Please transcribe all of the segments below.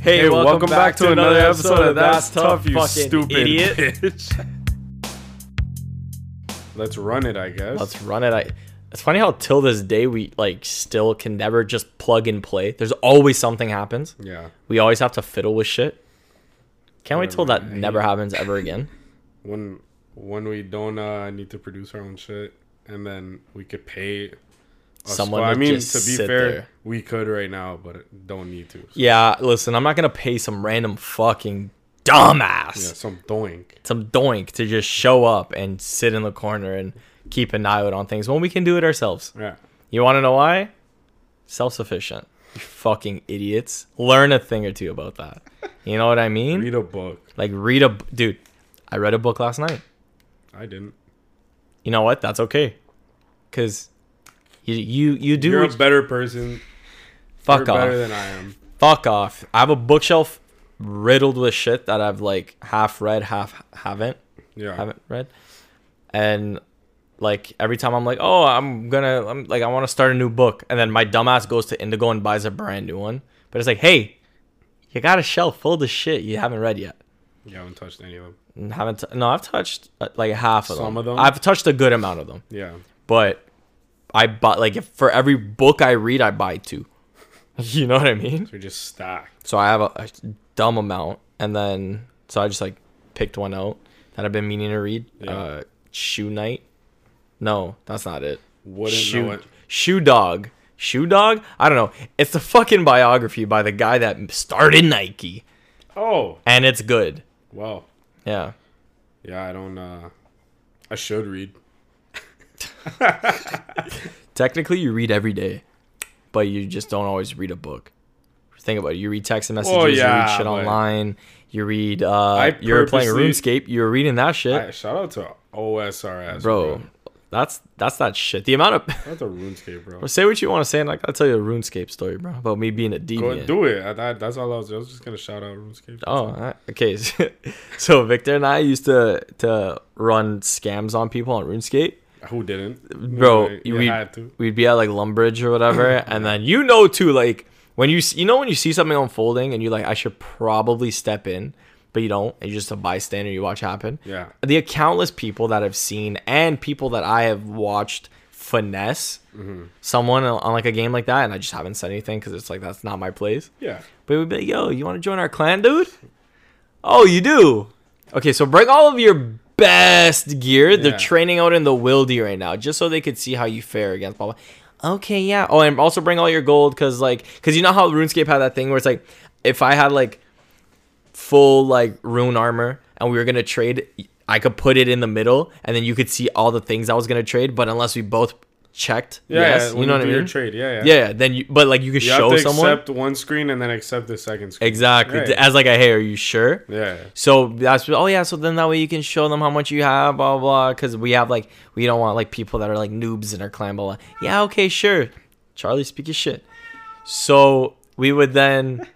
Hey, welcome, back, to another episode of That's Tough, you Fucking stupid idiot. bitch. Let's run it, I guess. Let's run it. I, it's funny how till this day we like still can never just plug and play. There's always something happens. yeah. We always have to fiddle with shit. Can't wait till Whatever, that I never happens ever again. When when we don't uh, need to produce our own shit, and then we could pay. a Someone squad- I to mean, just to be sit fair, there. we could right now, but don't need to. Yeah, listen, I'm not gonna pay some random fucking dumbass, Yeah, some doink. some doink, to just show up and sit in the corner and keep an eye out on things when we can do it ourselves. Yeah. You want to know why? Self sufficient. You fucking idiots. Learn a thing or two about that. You know what I mean? Read a book. Like read a b- dude. I read a book last night. I didn't. You know what? That's okay. Cause you you you do You're a what- better person. fuck You're off. better than I am. fuck off. I have a bookshelf riddled with shit that I've like half read, half haven't Yeah. haven't read, and like every time I'm like, oh, I'm gonna I'm like I want to start a new book, and then my dumbass goes to Indigo and buys a brand new one. But it's like, hey, you got a shelf full of shit you haven't read yet. You haven't touched any of them. And haven't t- no, I've touched uh, like half of Some them. of them? I've touched a good amount of them. Yeah. but I bought like if for every book I read, I buy two. You know what I mean? They're just stacked. So I have a, a dumb amount, and then so I just like picked one out that I've been meaning to read. Yeah. Uh, Shoe Night. No, that's not it. Wouldn't know Shoe it. Shoe Dog. Shoe Dog. I don't know. It's the fucking biography by the guy that started Nike, Oh. and it's good. Well. Yeah. Yeah, I don't. uh I should read. Technically, you read every day, but you just don't always read a book. Think about it. You read text and messages. Well, you Oh, yeah, read shit but- online. You read. Uh, I you're playing purposely- RuneScape. You're reading that shit, I, shout out to OSRS, bro. That's that's that shit. The amount of That's a RuneScape, bro. say what you want to say, and like I'll tell you a RuneScape story, bro, about me being a Go deviant. do it. I, that, that's all I was. I was just gonna shout out RuneScape. Oh, all right. okay. so Victor and I used to to run scams on people on RuneScape. Who didn't, bro Like, you you we'd, had to. we'd be at like lumbridge or whatever and then you know too like when you s- you know when you see something unfolding and you're like i should probably step in but you don't and you're just a bystander you watch happen Yeah. the countless people that i've seen and people that i have watched finesse someone on on, like a game like that and i just haven't said anything because it's like that's not my place Yeah. but we'd be like, yo, you want to join our clan, dude? Oh, you do? Okay, so bring all of your best gear. Yeah. They're training out in the wildy right now, just so they could see how you fare against blah blah. Okay, yeah. Oh, and also bring all your gold, cause like, cause you know how RuneScape had that thing where it's like, if I had like full like rune armor and we were gonna trade, I could put it in the middle, and then you could see all the things I was gonna trade. But unless we both checked, Yeah. yes, yeah, you when know what I do your mean. Trade. Yeah. Yeah. yeah, yeah, then you, but like you could You show have to someone. accept one screen and then accept the second screen. Exactly. Right. As like a hey, are you sure? Yeah. So that's oh yeah. So then that way you can show them how much you have, blah blah. Because we have like we don't want like people that are like noobs in our clan, blah blah. Yeah, okay, sure. Charlie, speak your shit. So we would then,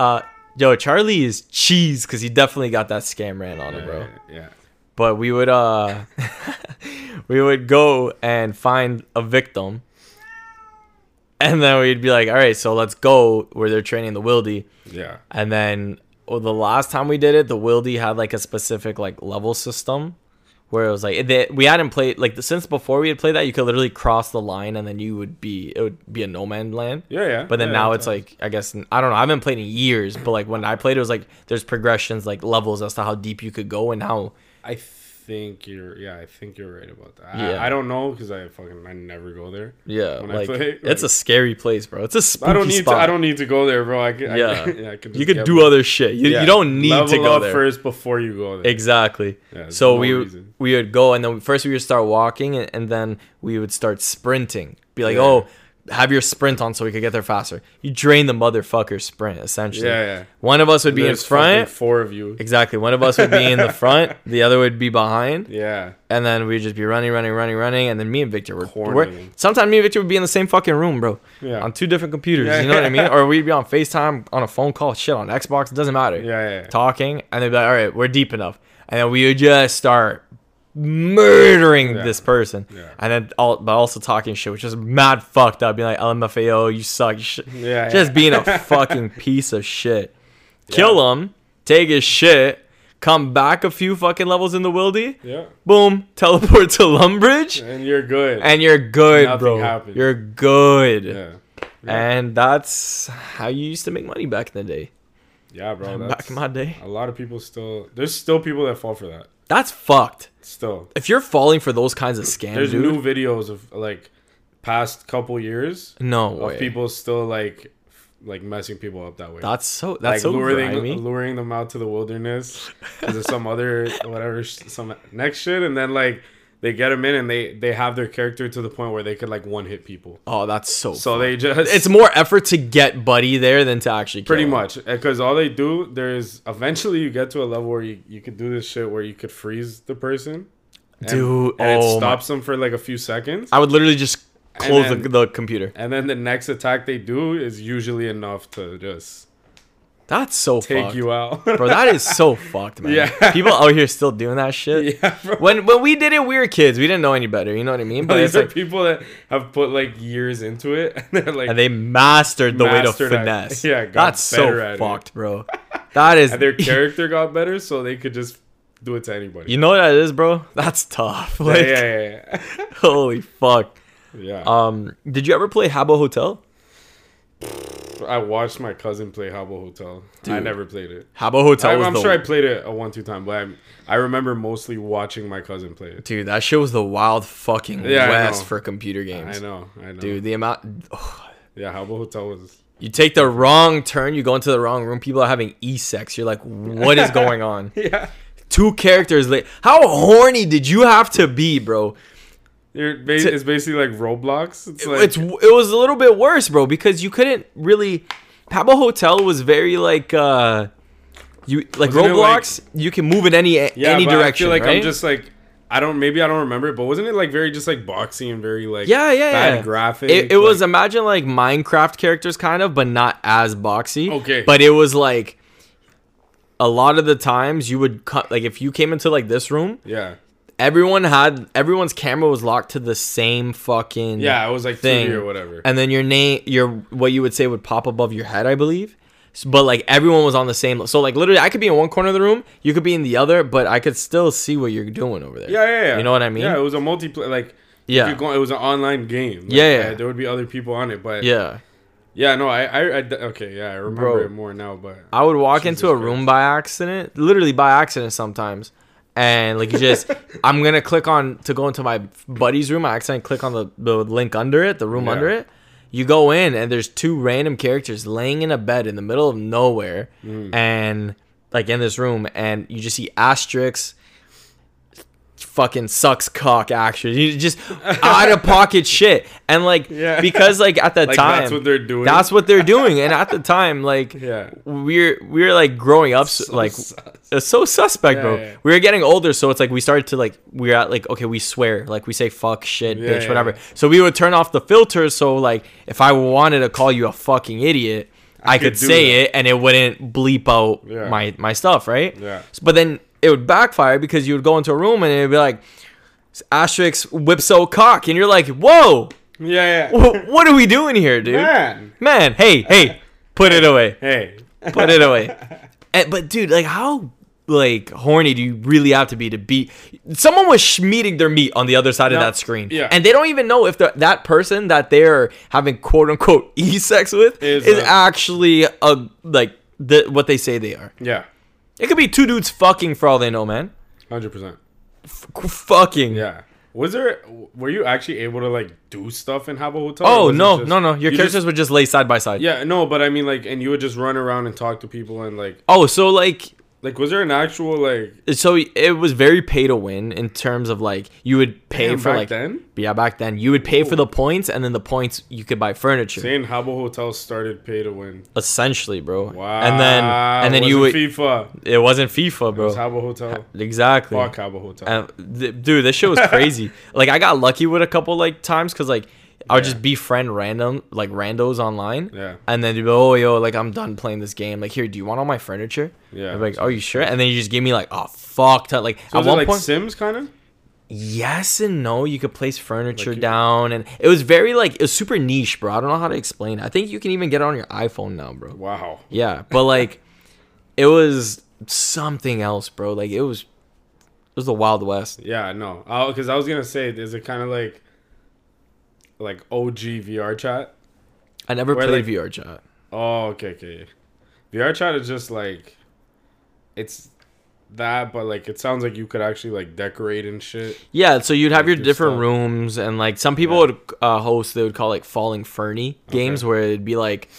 uh, yo, Charlie is cheese because he definitely got that scam ran on him, bro. Yeah. yeah. But we would uh, we would go and find a victim, and then we'd be like, all right, so let's go where they're training the wildy. Yeah. And then well, the last time we did it, the Wildy had like a specific like level system where it was like they, we hadn't played like since before we had played that you could literally cross the line and then you would be it would be a no man land. Yeah. yeah. But then Yeah, now yeah. it's like I guess I don't know. I haven't played in years, but like when I played, it was like there's progressions, like levels as to how deep you could go and how. I think you're. Yeah. I think you're right about that. Yeah. I, I don't know because I fucking I never go there. Yeah, When I like play, it's a like- scary place, bro. It's a spooky I don't need. To, spot. I don't need to go there, bro. I can. I, Yeah, can- yeah I can you could get do my- other shit. You, Yeah. you don't need Level to go up there. first before you go there. Exactly. there's so no we reason. we would go and then first we would start walking and, and then we would start sprinting. Be like, Yeah. oh, have your sprint on so we could get there faster. You drain the motherfucker sprint essentially. Yeah, yeah. One of us would be in There's fucking front. Four of you. Exactly. One of us would be in the front. The other would be behind. Yeah. And then we'd just be running, running, running, running. And then me and Victor would. Coordinating. we sometimes me and Victor would be in the same fucking room, bro. Yeah. On two different computers. Yeah, you know what I mean? yeah. Or we'd be on FaceTime, on a phone call, shit, on Xbox. It doesn't matter. Yeah, yeah, yeah. Talking. And they'd be like, all right, we're deep enough. And then we would just start murdering Yeah. this person. Yeah. And then, all, but also talking shit, which is mad fucked up. Being like, LMFAO, you suck. You sh-. Yeah, Just yeah. being a fucking piece of shit. kill him, take his shit, come back a few fucking levels in the wildy, Yeah. boom, teleport to Lumbridge, And you're good. and you're good, Nothing bro. happened. You're good. yeah. And that's how you used to make money back in the day. Yeah, bro. back That's, in my day. a lot of people still. There's still people that fall for that. That's fucked. Still. If you're falling for those kinds of scams, There's dude, new videos of like past couple years no of way. people still like f- like messing people up that way. that's so that's like so luring grimy. luring them out to the wilderness because of some other whatever sh- some next shit, and then like they get them in and they they have their character to the point where they could like one hit people. oh, that's so. So they just it's more effort to get buddy there than to actually. pretty kill him. much because all they do there's eventually you get to a level where you, you could do this shit where you could freeze the person and, Dude, and oh my- it stops them for like a few seconds I would literally just close the, then- the computer. and then the next attack they do is usually enough to just That's so take fucked. you out bro. That is so fucked, man. Yeah. people out here still doing that shit. yeah bro When when we did it, we were kids. We didn't know any better. You know what I mean? But it's these are like, people that have put like years into it and they're like and they mastered the Mastered way to at- finesse. yeah, got that's better at so it. fucked, bro. That is and their character got better so they could just do it to anybody You know what that is, bro? That's tough. Like, yeah yeah yeah, holy fuck. yeah. yeah. Um, did you ever play Habbo Hotel? i watched my cousin play Habbo hotel i Dude. never played it Habbo Hotel I, was am the sure I played it a one two time, but I'm, I remember mostly watching my cousin play it. dude. That shit was the wild fucking Yeah, I west know. for computer games, I know, I know, dude. The amount. Ugh. Yeah, Habbo Hotel was. You take the wrong turn, you go into the wrong room. People are having e sex. You're like, what is going on? Yeah, Two characters late. How horny did you have to be, bro? You're ba- it's basically like Roblox. It's like it's it was a little bit worse, bro, because you couldn't really. Pablo Hotel was very like uh, you like Wasn't it Roblox. you can move in any yeah, any but direction, I feel like right? I'm just like I don't maybe I don't remember it, but wasn't it like very just like boxy and very like yeah, yeah, bad yeah. graphic? It, it like- was imagine like Minecraft characters, kind of, but not as boxy. Okay. but it was like a lot of the times you would cut like if you came into like this room, yeah, everyone had everyone's camera was locked to the same fucking yeah, it was like thing thing or whatever. and then your name your what you would say would pop above your head i believe S- but like everyone was on the same so like literally i could be in one corner of the room you could be in the other but i could still see what you're doing over there yeah, yeah, yeah. you know what i mean Yeah, it yeah was a multiplayer like. Yeah. Yeah, you go, it was an online game. Like, Yeah, yeah. uh, there would be other people on it, but yeah, yeah no, I, I, I d- okay, yeah, I remember Bro. it more now, but i would walk Jesus into a room by accident literally by accident sometimes and like you just i'm gonna click on to go into my buddy's room i accidentally click on the, the link under it the room Yeah. under it you go in and there's two random characters laying in a bed in the middle of nowhere Mm. and like in this room and you just see asterisks fucking sucks cock action you just out of pocket shit and like Yeah. because like at the Like, time that's what they're doing. that's what they're doing and at the time like Yeah. we're we're like growing up so, So like sus. it's so suspect bro yeah, yeah. we were getting older so it's like we started to like we're at like okay we swear like we say fuck shit Yeah, bitch yeah, whatever yeah. so we would turn off the filters so like if i wanted to call you a fucking idiot i, could, could do say that. it and it wouldn't bleep out Yeah. my my stuff right Yeah. S- but then it would backfire because you would go into a room and it'd be like asterisk whipso cock and you're like whoa yeah, yeah. wh- what are we doing here dude Man. man hey hey put it away Hey. put it away. And, but dude, like how like horny do you really have to be to be someone was sh- meeting their meat on the other side of Yeah. that screen Yeah. and they don't even know if the, that person that they're having quote unquote e-sex with is, Is uh, a- actually a like the, what they say they are Yeah. it could be two dudes fucking for all they know man Hundred percent. F- fucking Yeah. Was there? Were you actually able to like do stuff in Habbo Hotel? or oh was it no just- no no your you characters Just, would just lay side by side yeah, no, but I mean, like, and you would just run around and talk to people and like, oh so like like, was there an actual like? so it was very pay to win in terms of like you would pay Damn, for back like then? yeah back then you would pay for the points and then the points you could buy furniture Saying Habbo Hotel started pay to win. essentially bro Wow. and then and then you would Wasn't FIFA. it wasn't FIFA bro It was Habbo Hotel. exactly Fuck Habbo Hotel. and th- dude this shit was crazy like I got lucky with a couple like times because like I would Yeah. just befriend random like randos online Yeah. and then they'd be oh yo like I'm done playing this game like here do you want all my furniture Yeah. I'd be like oh you sure and then you just give me like oh fuck ton. like so at was it one like point Sims kind of? Yes and no. You could place furniture Like you- down, and it was very like it was super niche, bro. I don't know how to explain. it. I think you can even get it on your iPhone now, bro. Wow. Yeah, but like it was something else, bro. Like it was, it was the Wild West. Yeah, no. Because I was gonna say, is it kind of like, like OG VR chat? I never Where, played like- VR chat. Oh, okay, okay. VR chat is just like, it's that, but like it sounds like you could actually like decorate and shit. Yeah, so you'd have Like your your different stuff. rooms, and like some people Yeah. would uh, host, they would call like Falling Ferny games, where it'd be like,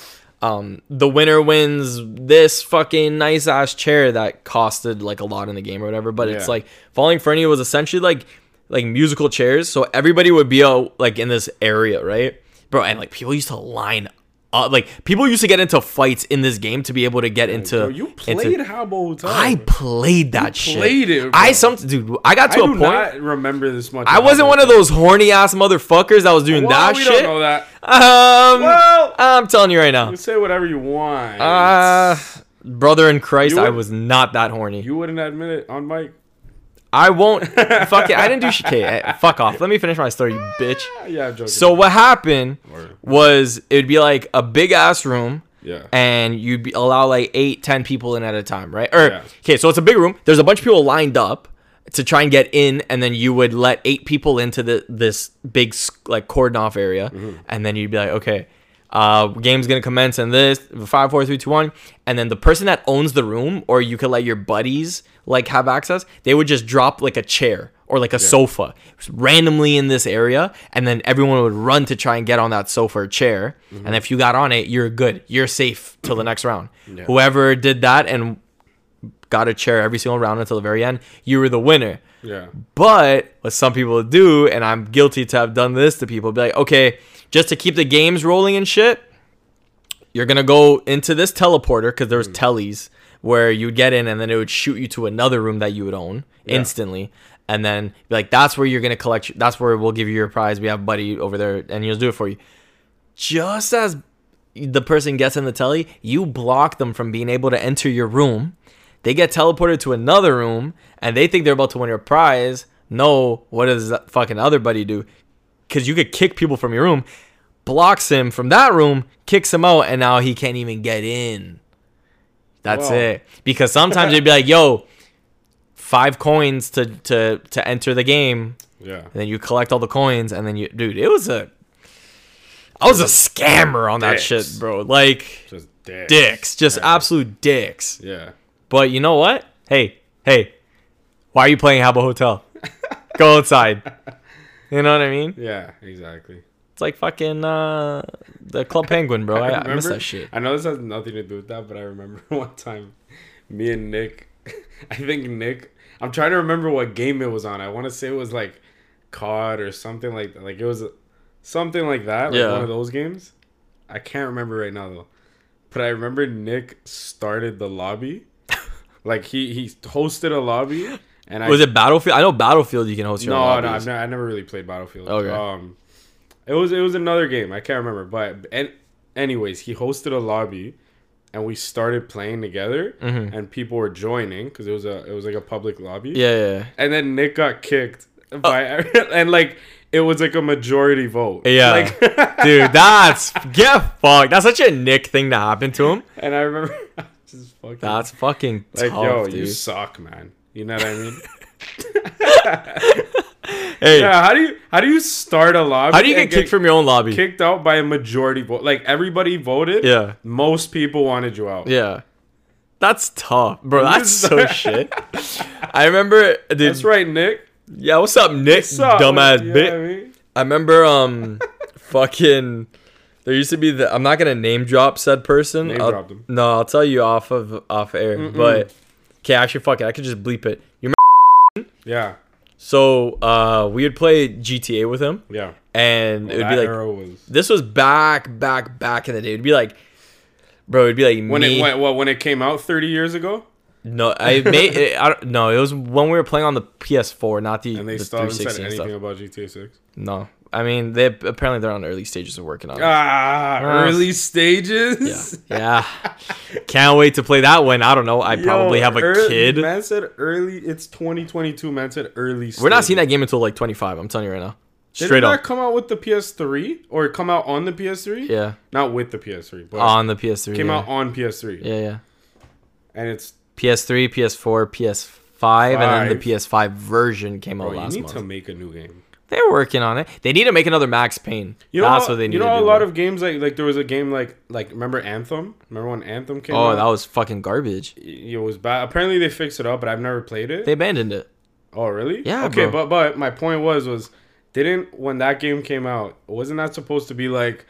um, the winner wins this fucking nice ass chair that costed like a lot in the game or whatever. But it's Yeah. like Falling Ferny was essentially like like musical chairs, so everybody would be out like in this area, right, bro? And like people used to line. up, like people used to get into fights in this game to be able to get into. Bro, you into- played Habbo Hotel. I played that shit. played it, I bro. some dude. I got I to a do point. not remember this much. I wasn't one of those horny ass motherfuckers that was doing Well, that we shit. don't know that. Um, Well- I'm telling you right now, You say whatever you want. uh, brother in Christ, You I would- was not that horny. you wouldn't admit it on mic. I won't. fuck it. I didn't do shit. Okay, eh, fuck off. Let me finish my story, you bitch. Ah, Yeah, I'm joking. So what happened Word. was it'd be like a big ass room. yeah, and you'd be, allow like eight, ten people in at a time, right? Or Yeah. okay, so it's a big room. There's a bunch of people lined up to try and get in, and then you would let eight people into the this big s- like cordon off area, and then you'd be like, okay, uh, game's gonna commence in this five, four, three, two, one, and then the person that owns the room, or you could let your buddies like have access. They would just drop like a chair or like a sofa randomly in this area and then everyone would run to try and get on that sofa or chair and if you got on it you're good you're safe till the next round whoever did that and got a chair every single round until the very end you were the winner yeah, but what some people do and i'm guilty to have done this to people be like okay just to keep the games rolling and shit you're gonna go into this teleporter because there was tellies where you'd get in and then it would shoot you to another room that you would own instantly and then be like that's where you're gonna collect your- that's where we'll give you your prize we have buddy over there and he'll do it for you just as the person gets in the telly you block them from being able to enter your room they get teleported to another room and they think they're about to win your prize no what does that fucking other buddy do because you could kick people from your room, blocks him from that room, kicks him out, and now he can't even get in. That's Wow. it. Because sometimes you'd be like, "Yo, five coins to to to enter the game," yeah. and then you collect all the coins, and then you, dude, it was a, I was a scammer on that Dicks. shit, bro. Like Just dick. dicks, just absolute dicks. Yeah. But you know what? Hey, hey, why are you playing Habbo Hotel? Go outside. You know what I mean? Yeah. Exactly. It's like fucking uh, the Club Penguin, bro. I, I, miss remember- that shit. I know this has nothing to do with that, but I remember one time, me and Nick, I think Nick, I'm trying to remember what game it was on. I want to say it was like COD or something like like it was something like that, like Yeah. one of those games. I can't remember right now though, but I remember Nick started the lobby, like he he hosted a lobby, and I Was it Battlefield? I know Battlefield. You can host your no, own no, lobbies. I've ne- I never really played Battlefield. Okay. Um, it was it was another game. I can't remember, but and anyways, he hosted a lobby, and we started playing together, and people were joining because it was a it was like a public lobby. Mm-hmm. Yeah, Uh. yeah, And then Nick got kicked by and like it was like a majority vote. Yeah. Like, yeah. dude, that's get fucked. That's such a Nick thing to happen to him. and I remember I was just fucking That's fucking like tough, yo, you dude. suck, man. You know what I mean? hey, yeah. How do you how do you start a lobby? how do you get and kicked from your own lobby? kicked out by a majority vote. Like everybody voted. Yeah. Most people wanted you out. Yeah, that's tough, bro. That's is- so shit. I remember, dude. That's right, Nick. Yeah, what's up, Nick? So, Dumbass you know bitch. what I mean? I remember um fucking there used to be the I'm not gonna name drop said person. Name I'll- drop them. No, I'll tell you off of off air. But okay, actually fuck it, I could just bleep it. You remember Yeah. so uh we would play GTA with him Yeah. and it would Oh, that be like era was this was back back back in the day. It'd be like Bro, it'd be like when me. it went, what when it came out 30 years ago no, I made. It, I don't, no, it was when we were playing on the PS4, not the, and they the still haven't 360 said and anything stuff. about GTA 6. No, I mean they apparently they're on early stages of working on. it. Ah, early stages. Yeah. Can't wait to play that one. I don't know. I probably Yo, have a ear- kid. Man said early. It's 2022. Man said early. Stages. We're not seeing that game until like 25. I'm telling you right now. Did Straight it not up. come out with the PS3 or come out on the PS3? Yeah. Not with the PS3, but On the PS3. came yeah. out on PS3. Yeah, yeah. and it's PS3, PS4, PS5, and then the Five. PS5 version came out bro, Oh, you last need month. to make a new game. They're working on it. They need to make another Max Payne. You know, That's how- what they need you know to how do. a lot of games like like there was a game like like remember Anthem? Remember when Anthem came oh, out? that was fucking garbage. it was bad. Apparently they fixed it up, but I've never played it. They abandoned it. oh, really? Yeah, Okay, bro. but but my point was was didn't when that game came out, wasn't that supposed to be like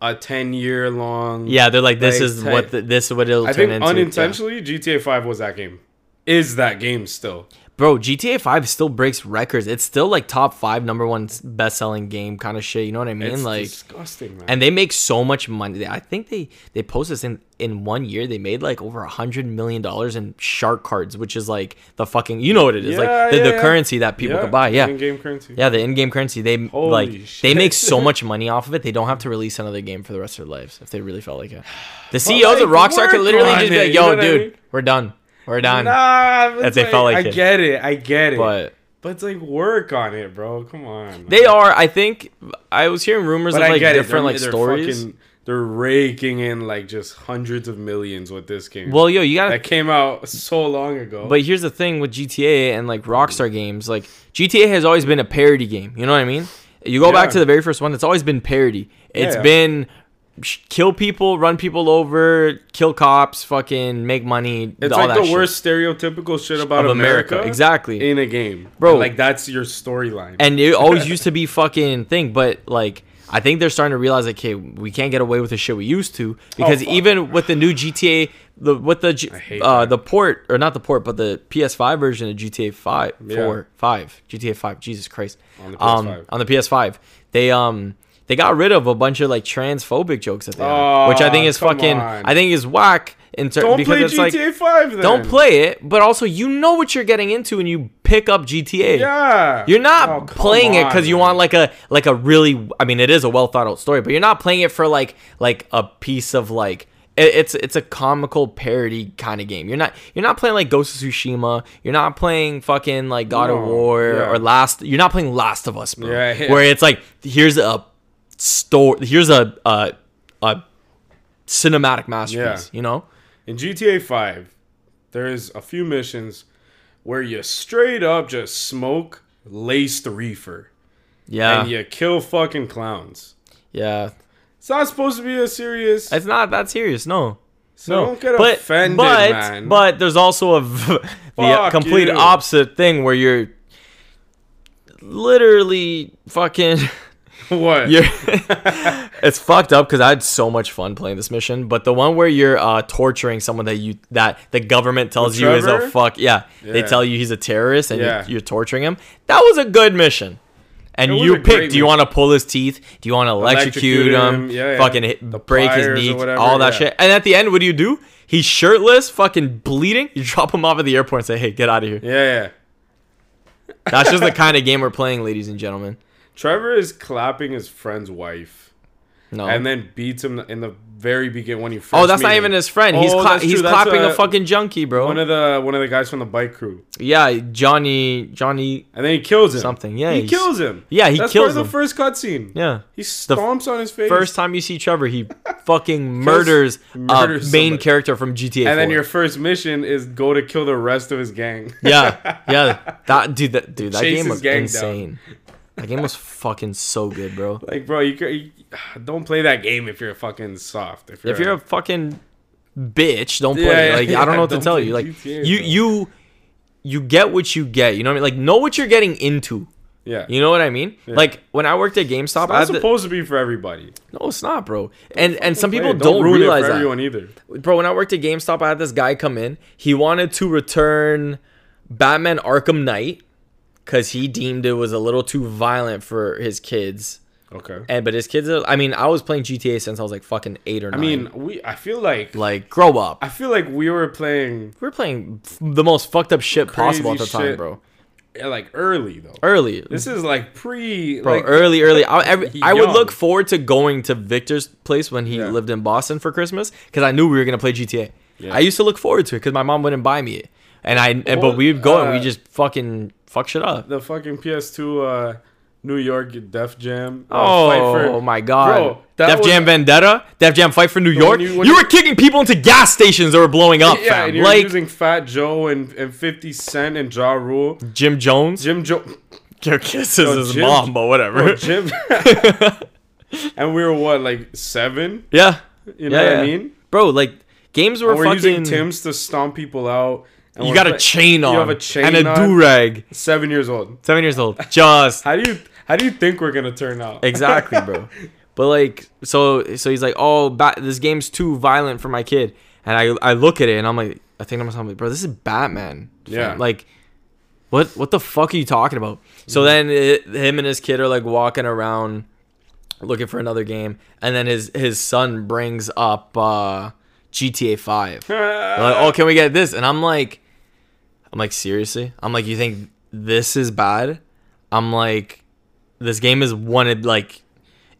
a 10 year long Yeah, they're like, this Like, is type- what the, this is what it'll I turn think into. Yeah. unintentionally GTA 5 was that game. Is that game still? Bro, GTA 5 still breaks records. It's still like top five number one best selling game kind of shit. You know what I mean? It's like, disgusting, man. and they make so much money. They- I think they they post this in in one year. They made like over a hundred million dollars in shark cards, which is like the fucking you know what it is Yeah, like the, yeah, the yeah. currency that people could buy. Yeah, game currency. yeah, the in-game currency. They Holy like they shit. make so much money off of it. They don't have to release another game for the rest of their lives if they really felt like it. The CEOs of like, Rockstar could work literally on just be it, like, you "Yo, know what I dude, mean? we're done, we're done." Nah, but If it's they felt like I it. get it. I get it. But But it's like work on it, bro. Come on. they are. I think I was hearing rumors but of I like get it. different They're- like they're stories. fucking- they're raking in like just hundreds of millions with this game. Well, yo, you gotta that came out so long ago. But here's the thing with GTA and like Rockstar games, like GTA has always been a parody game. You know what I mean? You go back Yeah. to the very first one; it's always been parody. It's Yeah. been sh- kill people, run people over, kill cops, fucking make money. it's all like that the shit. worst stereotypical shit about Of America, America, exactly. in a game, Bro. And, like that's your storyline. And it always used to be fucking thing, but like. I think they're starting to realize, like, hey, we can't get away with the shit we used to because Oh, fuck. even with the new GTA, the with the G- hate uh, that. the port or not the port, but the PS5 version of GTA 5, Yeah. 4, five GTA five. Jesus Christ. On the Um, PS5. on the PS5, they um they got rid of a bunch of like transphobic jokes that they had, which I think Aw, is Oh, come fucking on. I think is whack in ter- don't because play it's GTA like Five. Then. don't play it, but also you know what you're getting into when you pick up GTA. Yeah, You're not Oh, come playing it because on, you man. want like a like a really. I mean, it is a well thought out story, but you're not playing it for like like a piece of like it- it's it's a comical parody kind of game. You're not you're not playing like Ghost of Tsushima. You're not playing fucking like God of No, War yeah. or Last. You're not playing Last of Us, bro. Yeah, yeah. Where it's like here's a story. Here's a a, a cinematic masterpiece. Yeah. You know. In GTA 5, there's a few missions where you straight up just smoke laced reefer Yeah. and you kill fucking clowns. yeah. It's not supposed to be as serious. It's not that serious. No. so don't get offended, but, man. But there's also a v- the Fuck complete you. opposite thing where you're literally fucking what? you're it's fucked up because I had so much fun playing this mission. But the one where you're uh, torturing someone that you that the government tells you is a Trevor? fuck yeah, they Yeah. tell you he's a terrorist and Yeah. you're, you're torturing him. That was a good mission. And It was you a pick. great Do you mission. want to pull his teeth? Do you want to electrocute Electrocute him? him, yeah, yeah. Fucking hit, The break his pliers or knee, whatever, all that yeah. shit. And at the end, what do you do? He's shirtless, fucking bleeding. You drop him off at the airport and say, "Hey, get out of here." yeah, yeah. That's just the kind of game we're playing, ladies and gentlemen. Trevor is clapping his friend's wife No. and then beats him in the very beginning when you first oh, that's meet not him. even his friend. He's Oh, cla- that's he's true. That's, clapping a uh, fucking junkie, bro. one of the one of the guys from the bike crew. Yeah, Johnny, Johnny. And then he kills him. Something, yeah, He he's- kills him. yeah, he That's kills part him. of the first cutscene. Yeah. He stomps on his face. First time you see Trevor, he fucking murders a main murders somebody. character from GTA. And then 4. your first mission is go to kill the rest of his gang. yeah, yeah. That dude, that dude, that Chase game his was gang down. insane. That game was fucking so good, bro. like, bro, you, ca- you don't play that game if you're fucking soft. If you're, If you're a fucking bitch, don't play. Yeah, it. yeah, like I yeah, don't know what to don't tell play you. Like GTA, you, bro. you, you get what you get. You know what I mean? Like know what you're getting into. yeah, You know what I mean? Like when I worked at GameStop, I had that's to- supposed to be for everybody. no, it's not, bro. And and some people Hey, don't, ruin realize it for that. everyone either. bro, when I worked at GameStop, I had this guy come in. He wanted to return Batman Arkham Knight because he deemed it was a little too violent for his kids. Okay. And but his kids, are- I mean, I was playing GTA since I was like fucking eight or I nine. mean, we. I feel like like grow up. I feel like we were playing We were playing f- the most fucked up shit possible at the Crazy time, shit. bro. eh, like early though. Early, This is like pre. bro. like, early, early. I, every, I would young. look forward to going to Victor's place when he Yeah. lived in Boston for Christmas because I knew we were gonna play GTA. Yeah. I used to look forward to it because my mom wouldn't buy me it, and I and, but Well, we would go and uh, we just fucking fuck shit up. the fucking PS2. uh New York Def Jam. uh, Oh fight for- my god. Bro, that Def was- Jam Vendetta, Def Jam Fight for New York. you- You, when were kicking people into gas stations that were blowing up, Yeah, fam. and you're Like using Fat Joe and, and 50 Cent and Ja Rule. Jim Jones. Jim Joe. Your kisses Yo, his Jim- mom, but whatever. Bro, Jim. and we were what, like seven? yeah. You know Yeah, what I yeah. mean? Bro, like games were We're fucking using Tim's to stomp people out. and You we're got a play- chain on You have a chain and a on. do rag. Seven years old. Seven years old. Just How do you how do you think we're gonna turn out? exactly, bro. But like, so so he's like, oh, ba- this game's too violent for my kid, and I I look at it and I'm like, I think to myself, I'm like, bro, this is Batman. fam. Yeah. Like, what what the fuck are you talking about? So then it, him and his kid are like walking around looking for another game, and then his his son brings up uh GTA Five. They're like, oh, can we get this? And I'm like, I'm like, seriously? I'm like, you think this is bad? I'm like, this game is wanted like,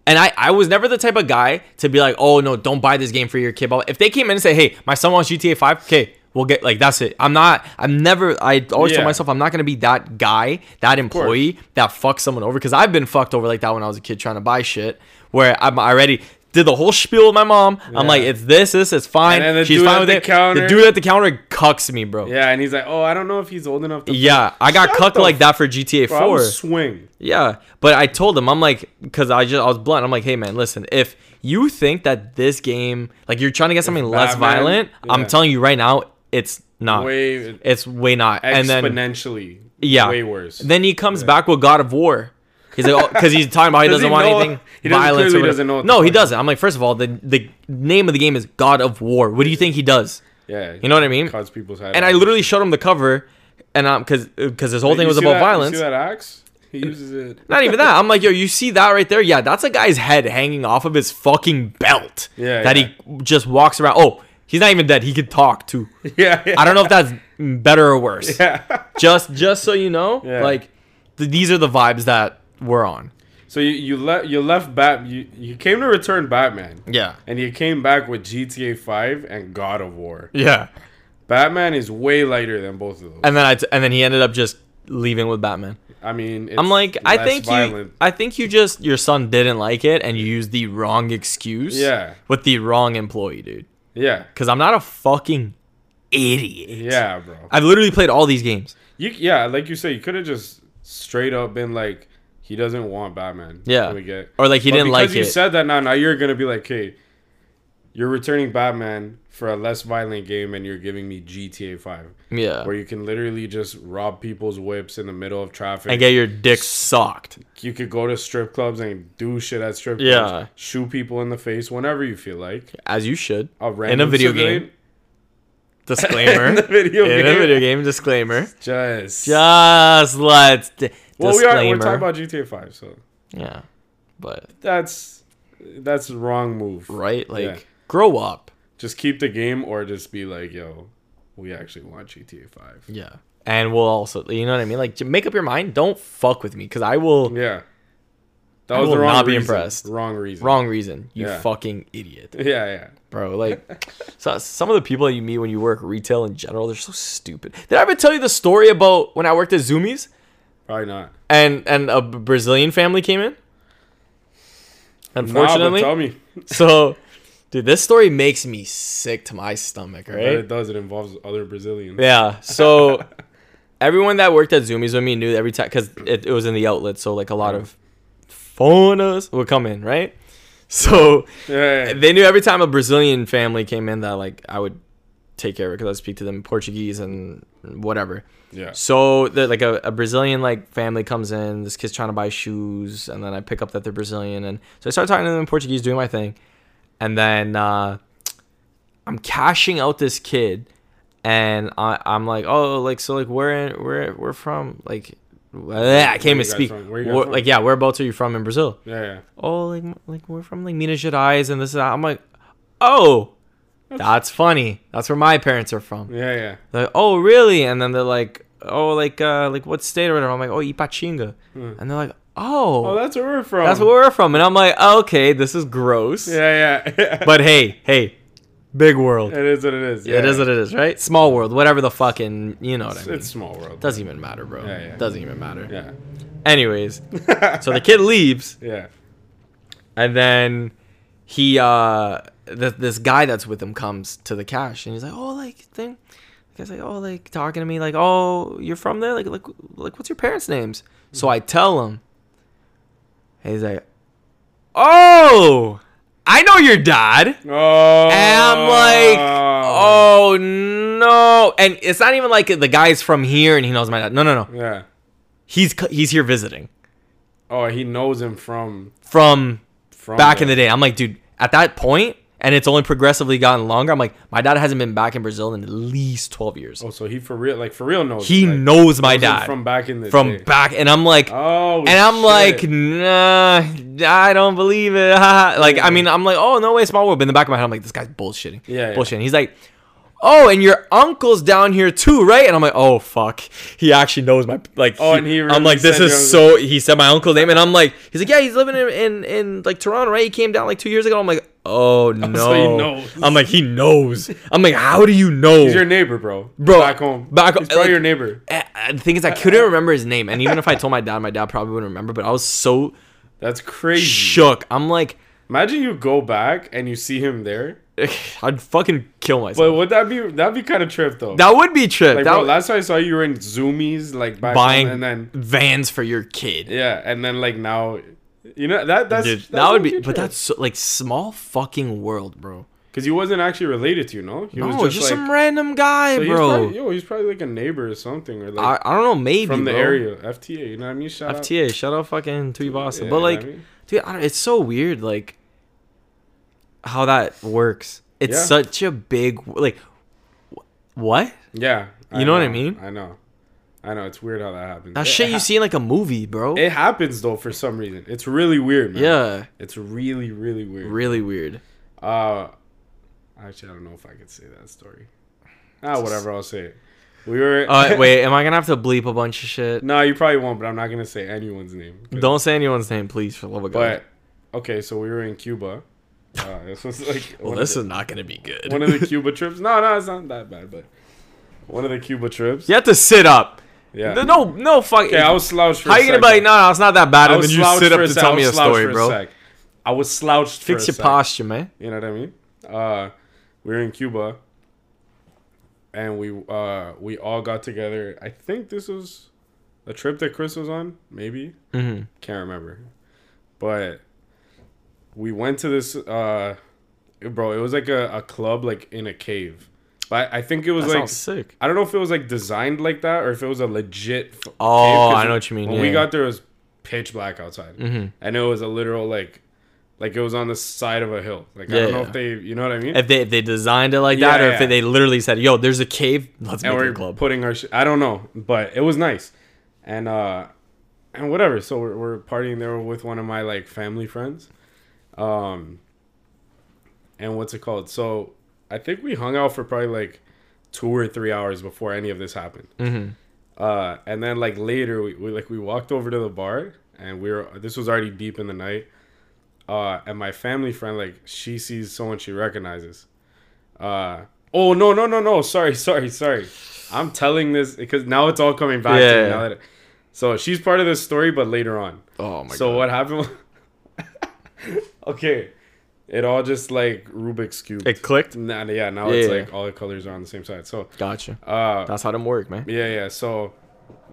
and I I was never the type of guy to be like, oh no, don't buy this game for your kid. But if they came in and say, hey, my son wants GTA Five, okay, we'll get like that's it. I'm not. I'm never. I always Yeah. told myself I'm not gonna be that guy, that employee that fucks someone over because I've been fucked over like that when I was a kid trying to buy shit where I'm already. Did the whole spiel with my mom. I'm like, it's this, this, it's fine. And then the She's dude fine at with the it. The counter- dude at the counter cucks me, bro. Yeah, and he's like, oh, I don't know if he's old enough to. Yeah, I got Shut cucked the like that for GTA Bro, I would 4. swing. Yeah, but I told him I'm like cuz I just I was blunt. I'm like, "Hey man, listen, if you think that this game like you're trying to get something less Batman- violent, yeah. I'm telling you right now, it's not. Way it's way not. Uh, And then exponentially. yeah. Way worse. Then he comes back with God of War. He's like, oh, because he's talking about he Does doesn't he want know- anything he doesn't- violence. clearly or whatever. doesn't know what the no, he fuck it is. doesn't. I'm like, first of all, the the name of the game is God of War. What do you think he does? yeah. You know what I mean? Cause people's And I literally showed him the cover, and um, because because this whole thing was about violence. You see that axe? He uses it. Not even that. I'm like, yo, you see that right there? Yeah, that's a guy's head hanging off of his fucking belt. Yeah, That yeah. he just walks around. Oh, he's not even dead. He could talk too. Yeah. yeah. I don't know if that's better or worse. Yeah. Just just so you know, Yeah. like th- these are the vibes that we're on. So you you left you left Bat you you came to return Batman. Yeah. And you came back with GTA 5 and God of War. Yeah. Batman is way lighter than both of those. And then I t- and then he ended up just leaving with Batman. I mean, it's I'm like, I less think you, I think you just your son didn't like it and you used the wrong excuse. Yeah. With the wrong employee, dude. yeah, Cuz I'm not a fucking idiot. yeah, bro. I've literally played all these games. You yeah, like you said, you could have just straight up been like, he doesn't want Batman. Yeah. we get Or, like, he didn't like you it. said that now, now you're gonna be like, hey, you're returning Batman for a less violent game, and you're giving me GTA Five, Yeah. where you can literally just rob people's whips in the middle of traffic. And get your dick sucked. you could go to strip clubs and do shit at strip clubs. Yeah. shoot people in the face whenever you feel like. As you should. A In a random video civilian- game. Disclaimer. Oh. In the video In a game. video game, disclaimer. Just. Just let's di- Well, we disclaimer. are. We're talking about GTA Five, so yeah. But that's that's the wrong move. right? Like Yeah. grow up. Just keep the game, or just be like, yo, we actually want GTA Five. Yeah. And we'll also, you know what I mean? Like, j- make up your mind. Don't fuck with me, because I will. Yeah, that I was the will wrong not be reason. impressed. Wrong reason. Wrong reason. You Yeah. fucking idiot, Yeah, yeah. bro. Like, so, some of the people that you meet when you work retail in general, they're so stupid. Did I ever tell you the story about when I worked at Zoomies? Probably not. and and a B- Brazilian family came in. Unfortunately, Unfortunately, tell me so dude, this story makes me sick to my stomach, what right? it does. It involves other Brazilians. Yeah. So everyone that worked at Zoomies with me knew every time because it, it was in the outlet, so like a lot of foreigners would come in, right? So Yeah, yeah, they knew every time a Brazilian family came in that like I would take care of it because I would speak to them in Portuguese and whatever. yeah. So the, like a, a Brazilian like family comes in, this kid's trying to buy shoes, and then I pick up that they're Brazilian, and so I start talking to them in Portuguese, doing my thing, and then uh, I'm cashing out this kid, and I, I'm like, oh, like so, like where in, where we're from, like I can't you even guys speak, from? Where you guys Where- from? like yeah, whereabouts are you from in Brazil? yeah, yeah. Oh, like like we're from like Minas Gerais, and this is that. I'm like, oh, that's funny. That's where my parents are from. Yeah, yeah. They're like, oh really? And then they're like, oh like uh like what state or whatever? I'm like, oh Ipatinga. And they're like, oh, Hmm. Oh, that's, that's where we're from. where we're from. And I'm like, okay, this is gross. Yeah, yeah. But hey, hey, big world. it is what it is. It is what it is, right? Small world, whatever the fucking you know what I mean. It's small world. Doesn't even matter, bro. Yeah, yeah. Doesn't even matter. yeah. Anyways, so the kid leaves, yeah. and then he uh th- this guy that's with him comes to the cash and he's like, "Oh, like thing." The guy's like, "Oh, like talking to me like, "Oh, you're from there? Like like like what's your parents' names?" So I tell him. And he's like, "Oh, I know your dad." Oh. And I'm like, "Oh no." And it's not even like the guy's from here and he knows my dad. No, no, no. Yeah. He's c- he's here visiting Oh, he knows him from from from back in the day. I'm like, dude, at that point, and it's only progressively gotten longer. I'm like, my dad hasn't been back in Brazil in at least 12 years. Oh, so he for real, like for real knows. he him, like, knows my knows him dad from from, back in the day. back, and I'm like, Oh. and I'm like, shit. nah, I don't believe it. like, I mean, I'm like, oh no way, small world. But in the back of my head, I'm like, this guy's bullshitting. Yeah, yeah. bullshitting. He's like. Oh, and your uncle's down here too, right? And I'm like, oh fuck, he actually knows my like. Oh, and he I'm like, really this said is so. your He said my uncle's name, and I'm like, he's like, yeah, he's living in in, in like Toronto, right? He came down like two years ago. I'm like, oh no. he knows. I'm like, he knows. I'm like, how do you know? He's your neighbor, bro. Bro, back home. back- He's probably like- your neighbor. Eh, eh, the thing is, I couldn't remember his name, and even if I told my dad, my dad probably wouldn't remember. But I was so That's crazy. shook. I'm like, Imagine you go back and you see him there. I'd fucking kill myself. But would that be that'd be kind of trip though? that would be trip. like, that bro, would- last time I saw you, you were in Zoomies, like back buying home, and then vans for your kid. yeah, and then like now, you know that that's, Dude, that's that would be, but that's so, like small fucking world, bro. because he wasn't actually related to you, no? He No, just, some random guy, so he's bro. probably, yo, he's probably like a neighbor or something, or like I, I don't know, maybe from the bro. area. FTA, you know what I mean? Shout out. FTA, shout out fucking Tui Bossa. Yeah, but you know what I like, mean? dude, I don't, it's so weird, like how that works. It's Yeah. such a big like, wh- what? Yeah, You know what I mean? I know, I know. It's weird how that happens. That It shit you ha- see in like a movie, bro. It happens though for some reason. It's really weird, man. yeah, it's really really weird. really weird. Uh, actually, I don't know if I could say that story. Ah, whatever. I'll say it. We were. Uh, wait, am I gonna have to bleep a bunch of shit? no, you probably won't. But I'm not gonna say anyone's name. 'cause- Don't say anyone's name, please, for the love of God. But okay, so we were in Cuba. Uh, this was like well, one, this of is not gonna be good. the, one of the Cuba trips. No, no, it's not that bad. But one of the Cuba trips. you have to sit up. Yeah. Th- No, no fuck. Okay, I was slouched. For How a you gonna sec, be like, though. no, no, it's not that bad, I and was then you slouched sit for up a to sec, I tell me was a slouched story, for bro. sec. I was slouched. Fix for a your sec. posture, man. You know what I mean? Uh, we were in Cuba, and we uh, we all got together. I think this was a trip that Chris was on, maybe Mm-hmm. can't remember, but we went to this. Uh, bro, it was like a, a club like in a cave, but I think it was That like sounds sick. I don't know if it was like designed like that or if it was a legit. f- Oh, cave, 'cause I know what you mean, When we yeah. got there, it was pitch black outside, Mhm. and it was a literal like, like it was on the side of a hill. Like I Yeah, don't know yeah. if they, you know what I mean? If they if they designed it like that, Yeah, or if yeah. they literally said, "Yo, there's a cave, let's and make we're a club." putting our, sh- I don't know, but it was nice, and uh, and whatever. So we're, we're partying there with one of my like family friends, um, and what's it called? So I think we hung out for probably like two or three hours before any of this happened. Mhm. Uh, and then like later, we, we like we walked over to the bar, and we were this was already deep in the night. Uh, and my family friend like she sees someone she recognizes. Uh, oh no no no no! Sorry sorry sorry. I'm telling this because now it's all coming back to Yeah. me. Now that so she's part of this story, but later on. Oh my so god. what happened? was- okay, it all just like Rubik's cube. It clicked. Nah, yeah, now Yeah, it's yeah. like all the colors are on the same side. So Gotcha. uh, That's how them work, man. yeah, yeah. So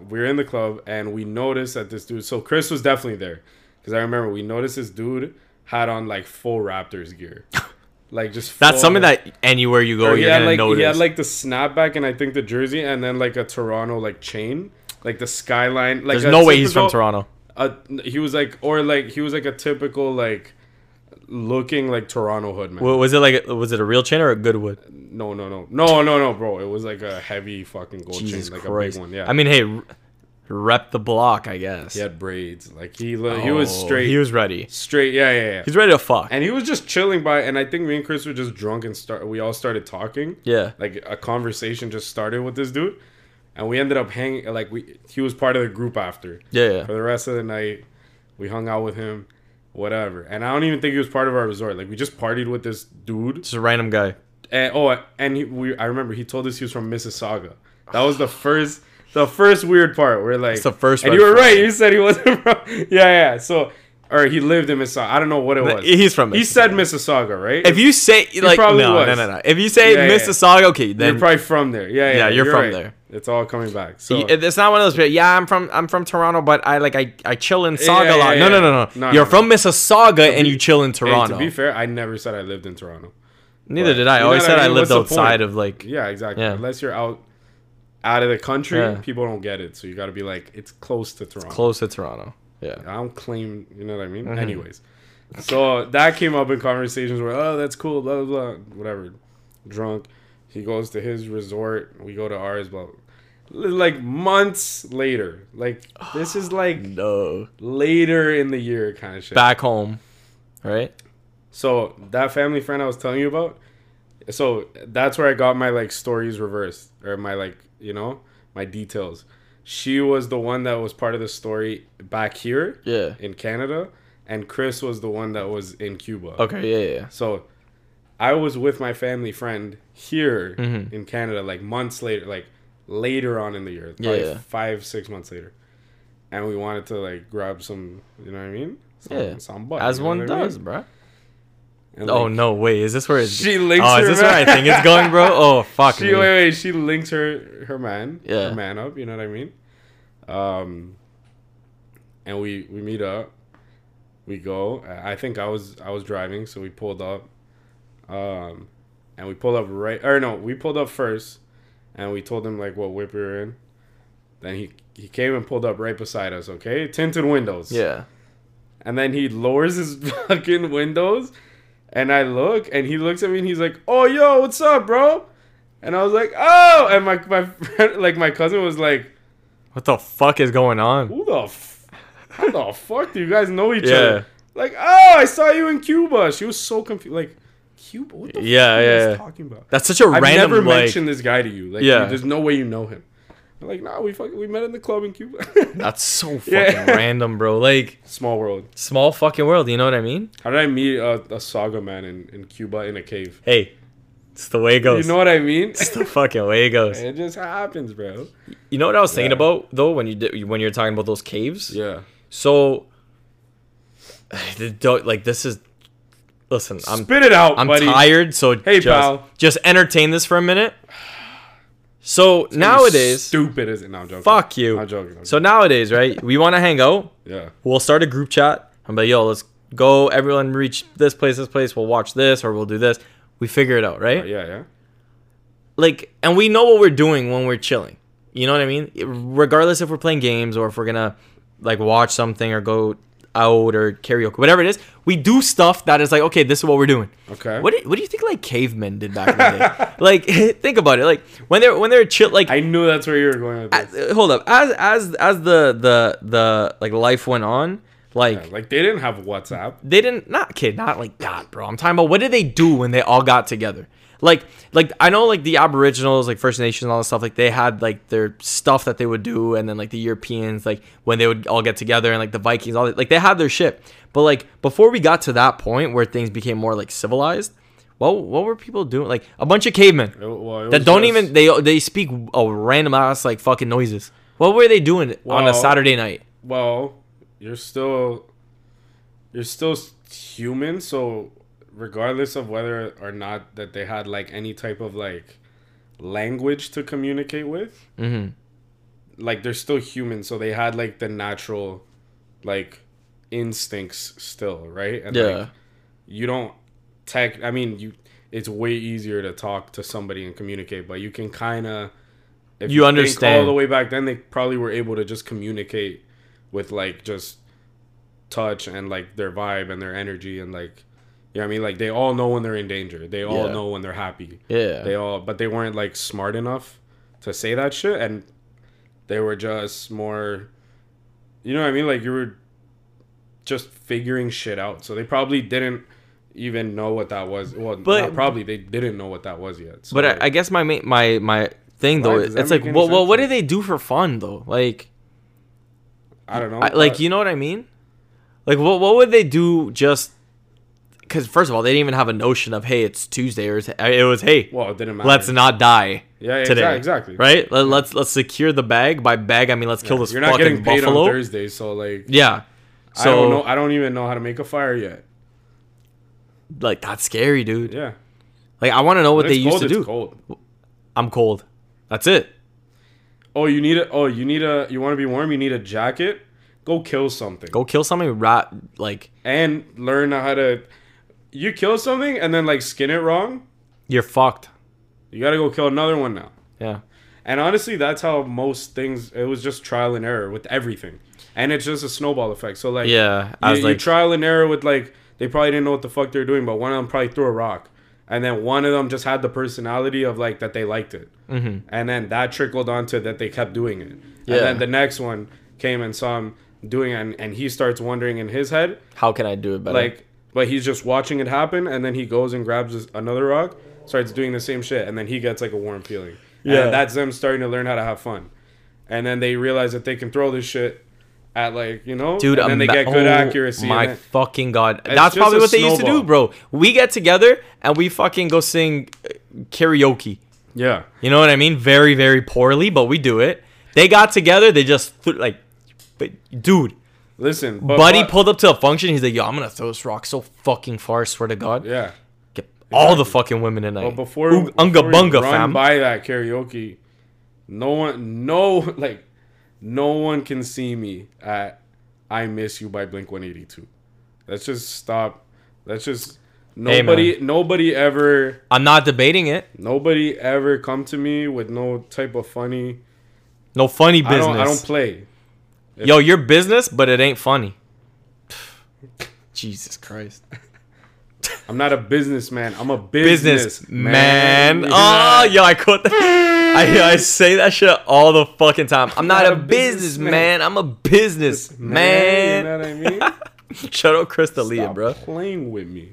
we're in the club and we noticed that this dude. So Chris was definitely there because I remember we noticed this dude had on like full Raptors gear, like just. That's full- something that anywhere you go, he you're had gonna like notice. he had like the snapback and I think the jersey and then like a Toronto like chain, like the skyline. Like there's a no way he's from typical- Toronto. A, he was like or like he was like a typical like looking like Toronto hood man. Wa- Was it like a- was it a real chain or a Goodwood? no, no, no, no, no, no, bro. It was like a heavy fucking gold Jesus chain, like Christ. a big one. Yeah, I mean, hey, r- rep the block, I guess. He had braids. Like he li- he was Oh, straight. He was ready. straight. Yeah, yeah, yeah. He's ready to fuck. and he was just chilling by. And I think me and Chris were just drunk and start. We all started talking. yeah. Like a conversation just started with this dude, and we ended up hanging. Like we, he was part of the group after. Yeah. yeah. For the rest of the night, we hung out with him, whatever. And I don't even think he was part of our resort. Like we just partied with this dude. Just a random guy. And oh, and he, we, I remember he told us he was from Mississauga. That was the first. the first weird part where like It's the first and red you were flag. right you said he wasn't from yeah yeah so or he lived in Mississauga I don't know what it was He's from he Mississauga. said Mississauga right If you say like no, probably no, was. no, no. If you say Yeah, yeah. Mississauga, okay, then you're probably from there yeah yeah, Yeah, you're from right. there. it's all coming back so Y- It's not one of those. People, yeah, I'm from I'm from Toronto, but I like I, I chill in Saga yeah, a lot. No, yeah, no, yeah. no, no, No, You're no, from Mississauga and be- you chill in Hey, Toronto. to be fair I never said I lived in Toronto Neither but- did I. I You know always what I said I, mean? lived What's the outside of like. yeah exactly Yeah. unless you're out out of the country Yeah. people don't get it so you got to be like it's close to Toronto close to Toronto. Yeah. I don't claim, you know what I mean? Anyways, so that came up in conversations where, oh, that's cool, blah, blah, blah, whatever. Drunk. He goes to his resort. We go to ours, blah, blah. Like months later. Like, this is like No. later in the year kind of shit. Back home, right? So that family friend I was telling you about, so that's where I got my like stories reversed or my like you know my details. She was the one that was part of the story back here, Yeah. in Canada, and Chris was the one that was in Cuba. Okay. Yeah. Yeah. So I was with my family friend here Mm-hmm. in Canada, like months later, like later on in the year, probably Yeah. five, six months later. And we wanted to like grab some, you know what I mean? Some, Yeah. yeah. Some butt, As Oh, you know one what I mean? does, bruh. And, Oh like, no! Wait, is this where it's? She links oh, her is this where I back. think it's going, bro? Oh fuck she me. wait, wait, she links her her man, Yeah. her man up. You know what I mean? Um, and we we meet up. We go. I I think I was I was driving, so we pulled up. Um, and we pulled up right or no, we pulled up first, and we told him like what whip we were in. Then he he came and pulled up right beside us. Okay, tinted windows. Yeah. And then he lowers his fucking windows. And I look, and he looks at me, and he's like, "Oh, yo, what's up, bro?" And I was like, "Oh!" And my my friend, like my cousin, was like, What the fuck is going on? "Who the, f- how the fuck do you guys know each Yeah. other?" Like, "Oh, I saw you in Cuba." She was so confused. Like, Cuba? What Yeah, the fuck yeah, are you yeah. guys talking about? That's such a I've random never like. mentioned this guy to you. Like, Yeah. you- there's no way you know him. I'm like, nah, we fucking we met in the club in Cuba. That's so fucking Yeah. random, bro. Like Small world. small fucking world. You know what I mean? How did I meet a, a saga man in, in Cuba in a cave? Hey, it's the way it goes. You know what I mean? it's the fucking way it goes. It just happens, bro. You know what I was thinking Yeah. about though when you did, when you were talking about those caves. Yeah. So, the do- like this is. Listen, I'm Spit it out, I'm buddy. tired, so Hey, just, pal. just entertain this for a minute. So You're nowadays, stupid is it? No, I'm joking. fuck you. I'm joking. I'm So nowadays, right? We want to hang out. yeah, We'll start a group chat. I'm like, yo, let's go. Everyone reach this place, this place. We'll watch this or we'll do this. We figure it out, right? yeah, yeah. like and we know what we're doing when we're chilling you know what i mean regardless if we're playing games or if we're gonna like watch something or go out or karaoke whatever it is we do stuff that is like okay this is what we're doing Okay. what do, what do you think like cavemen did back in the day like think about it like when they're when they're chill like I knew that's where you were going with this. uh, hold up as as as the the the like life went on like Yeah, like they didn't have WhatsApp. they didn't not kid not like god bro i'm talking about what did they do when they all got together like like i know like the aboriginals like first nations and all that stuff like they had like their stuff that they would do and then like the europeans like when they would all get together and like the vikings all that like they had their shit but like before we got to that point where things became more like civilized well what were people doing like a bunch of cavemen It- well, it that was don't just- even they they speak a random ass like fucking noises what were they doing on a Well- saturday night Well, you're still, you're still s- human. So regardless of whether or not that they had like any type of like language to communicate with, Mhm. like they're still human. So they had like the natural, like instincts still, right? And, like, you don't tech i mean you it's way easier to talk to somebody and communicate but you can kind of if You think understand. all the way back then they probably were able to just communicate with like just touch and like their vibe and their energy and like you know what i mean like they all know when they're in danger they all Yeah. know when they're happy yeah they all but they weren't like smart enough to say that shit and they were just more you know what I mean? Like you were just figuring shit out. So they probably didn't even know what that was. Well But- not probably they didn't know what that was yet. So But I, I guess my main, my my thing though, Why? Does that it's like, make any well, well, sense? what do they do for fun though? Like, I don't know. I, like you know what I mean? Like, what what would they do just? Because first of all, they didn't even have a notion of hey, it's Tuesday or it's, it was hey, Well it didn't matter. let's not die. Yeah, yeah today. exactly. exactly. Right? Let, let's let's secure the bag. By bag, I mean let's kill this You're not fucking getting paid buffalo. on Thursday, so like yeah. So I don't know. I don't even know how to make a fire yet. like that's scary, dude. Yeah. Like I want to know what When they it's used cold, to it's do. cold. I'm cold. That's it. Oh, you need a. Oh, you need a. You want to be warm? You need a jacket. Go kill something. Go kill something. Rat like and learn how to. You kill something and then like skin it wrong. you're fucked. You gotta go kill another one now. Yeah. And honestly, that's how most things. It was just trial and error with everything, and it's just a snowball effect. So like, Yeah. I you, was you like, trial and error with like they probably didn't know what the fuck they're doing, but one of them probably threw a rock, and then one of them just had the personality of like that they liked it, mm-hmm. and then that trickled onto that they kept doing it, Yeah. and then the next one came and saw him doing it, and, and he starts wondering in his head how can I do it better? like, but he's just watching it happen, and then he goes and grabs his, another rock, starts doing the same shit, and then he gets like a warm feeling. Yeah, Yeah. and that's them starting to learn how to have fun, and then they realize that they can throw this shit at like you know, dude, and then they ima- get good oh accuracy. My and then- fucking god, that's just probably a what they used to do, snowball. bro. We get together and we fucking go sing uh, karaoke. yeah, You know what I mean? Very, very poorly, but we do it. They got together. They just th- like, but dude, listen, but buddy what- pulled up to a function. He's like, yo, I'm gonna throw this rock so fucking far. Swear to God, yeah. get all the exactly. fucking women tonight. But before, Oog- before unga we bunga, run fam. by that karaoke, no one, no like, no one can see me at "I Miss You" by Blink One Eighty Two. Let's just stop. Let's just Hey, nobody, nobody ever, I'm not debating it. nobody ever come to me with no type of funny. No funny I business. don't, I don't play. Yo, your business, but it ain't funny. Jesus Christ. I'm not a businessman. I'm a business, Business man. Oh, yo, I quote that. I, I say that shit all the fucking time. I'm not, a businessman. I'm a business man. man. You know what I mean? Shout out Chris D'Elia, Stop bro. playing with me.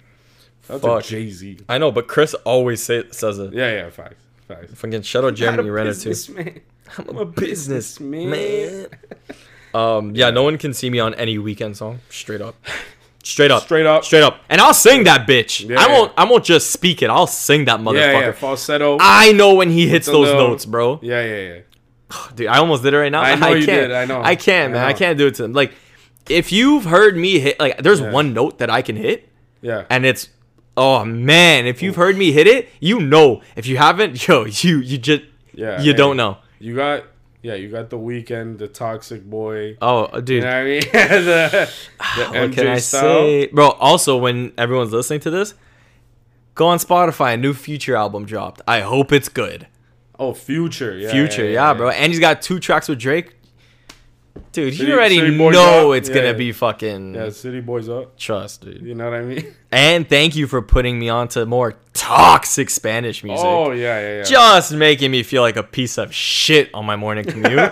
That's Fuck. a Jay Z. I know, but Chris always say, says it. Yeah, yeah, facts, facts. Fucking shout out Jeremy Renner too. Man. I'm a business businessman. man. Um, yeah, no one can see me on any weekend song. Straight up. Straight up. Straight up. Straight up. And I'll sing that bitch. Oh. Yeah, I won't I won't just speak it. I'll sing that motherfucker. Yeah, yeah, falsetto. I know when he hits The those little- notes, bro. yeah, yeah, yeah. Dude, I almost did it right now. I know you can't. did, I know. I can't, man. I I, know. can't do it to them. Like, if you've heard me hit, like, there's one note that I can hit, Yeah. and it's, oh man, if you've heard me hit it, you know. If you haven't, yo, you you just, Yeah, you hey. don't know. you got yeah, you got the weekend, the toxic boy. Oh, dude, You know what I mean? the, the what MJ can I style. say, bro? Also, when everyone's listening to this, go on Spotify. A new Future album dropped. I hope it's good. Oh, future. Yeah, Future, yeah, bro. And he's got two tracks with Drake. Dude, you City- already City Boy know Drop? it's Yeah, gonna yeah. be fucking Yeah, city boys up. trust, dude. You know what I mean? And thank you for putting me onto more toxic Spanish music. Oh yeah, yeah, yeah. Just making me feel like a piece of shit on my morning commute.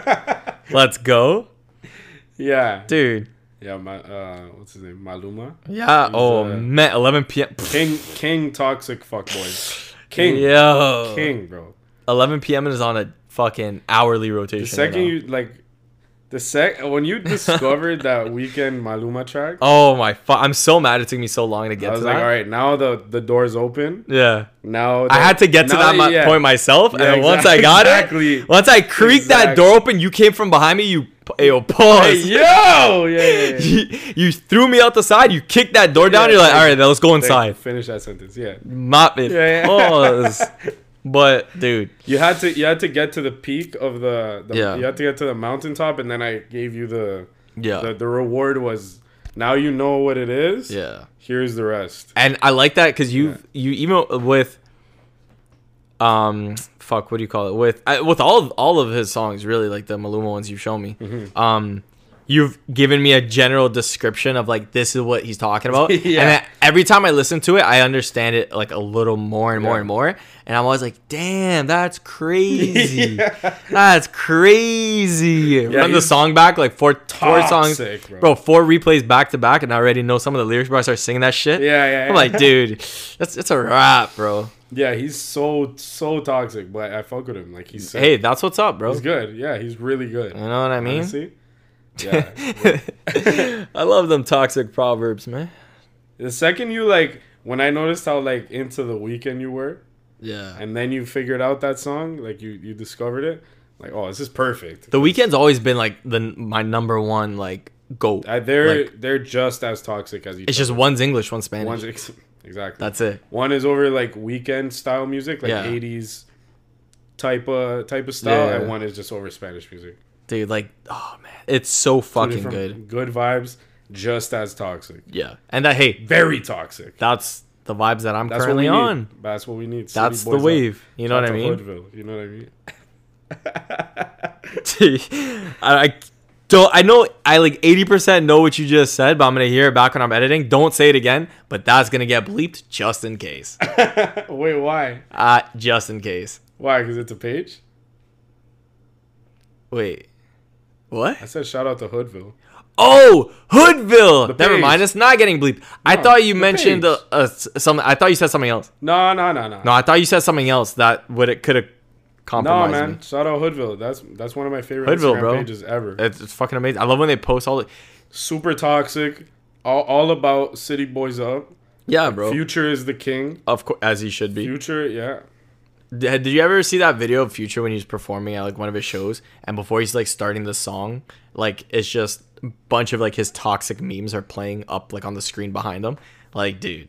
Let's go. yeah, Dude. yeah. My uh, what's his name? Maluma. Yeah. Oh, uh, man. 11 p.m. Pff, King, king, toxic fuckboys. King, Yo. king, bro. 11 p.m. is on a fucking hourly rotation. The second right now. you like, the sec when you discovered that weekend Maluma track, Oh, my. Fu- I'm so mad it took me so long to get I to was like, that. all right, now the the door's open. Yeah. Now I the- had to get to now that mi- yeah. point myself, and Yeah, then once exact- I got exactly. it, once I creaked that Exact- door open, you came from behind me. You, yo, pause. Hey, yo, yeah, yeah, yeah. you, you threw me out the side. You kicked that door down. Yeah, you're like, like- all right, let's go Like, inside. Finish that sentence. Yeah, Mop it. Yeah, yeah. Pause. but dude, you had to you had to get to the peak of the, the Yeah. you had to get to the mountaintop, and then I gave you the yeah, the, the reward was now you know what it is. yeah. here's the rest. And I like that because you you even with um fuck what do you call it with I, with all of, all of his songs really like the Maluma ones you've shown me Mm-hmm. um you've given me a general description of like this is what he's talking about Yeah. and I, every time I listen to it I understand it like a little more and more Yeah. and more and I'm always like damn that's crazy that's crazy run the he's song back like four four songs Toxic, bro. bro four replays back to back and I already know some of the lyrics bro I start singing that shit Yeah, yeah. I'm yeah. like, dude, that's it's a wrap, bro. yeah, he's so so toxic, but I fuck with him. Like he's sick. Hey, that's what's up, bro. he's You good. Yeah, he's really good. know what I mean? Honestly, yeah. I love them toxic proverbs, man. The second you like, when I noticed how like into the weekend you were, Yeah. and then you figured out that song, like you you discovered it, like oh, this is perfect. The weekend's always been like the my number one like goat. Uh, they're Like, they're just as toxic as each. it's just one's English, one's Spanish. other. one's ex- exactly. That's it. One is over like weekend style music, like Yeah. '80s type of type of style, Yeah. and one is just over Spanish music. Dude, like oh man, it's so fucking good. Different- Good vibes, just as toxic. Yeah. And that hey, Very toxic. that's the vibes that I'm That's currently what we on. Need. That's what we need. City That's the boys up. wave. You know Shout what I to mean? Hoodville, You know what I mean? I, I don't. I know. I like eighty percent know what you just said, but I'm gonna hear it back when I'm editing. Don't say it again. But that's gonna get bleeped just in case. Wait, why? Uh, just in case. Why? Because it's a page. Wait. What? I said shout out to Hoodville. Oh, Hoodville. The Never page. mind. It's not getting bleeped. I No, thought you the mentioned page. uh, uh, s- something. I thought you said something else. No, no, no, no. No, I thought you said something else that would it could have No, compromised man. me. Shout out Hoodville. That's that's one of my favorite Hoodville, Instagram bro. pages ever. It's, it's fucking amazing. I love when they post all the. Super toxic. All, all about city boys up. Yeah, bro. Future is the king. of course, as he should be. Future, yeah. Did, did you ever see that video of Future when he's performing at like one of his shows and before he's like starting the song, like it's just a bunch of like his toxic memes are playing up like on the screen behind him. Like, dude.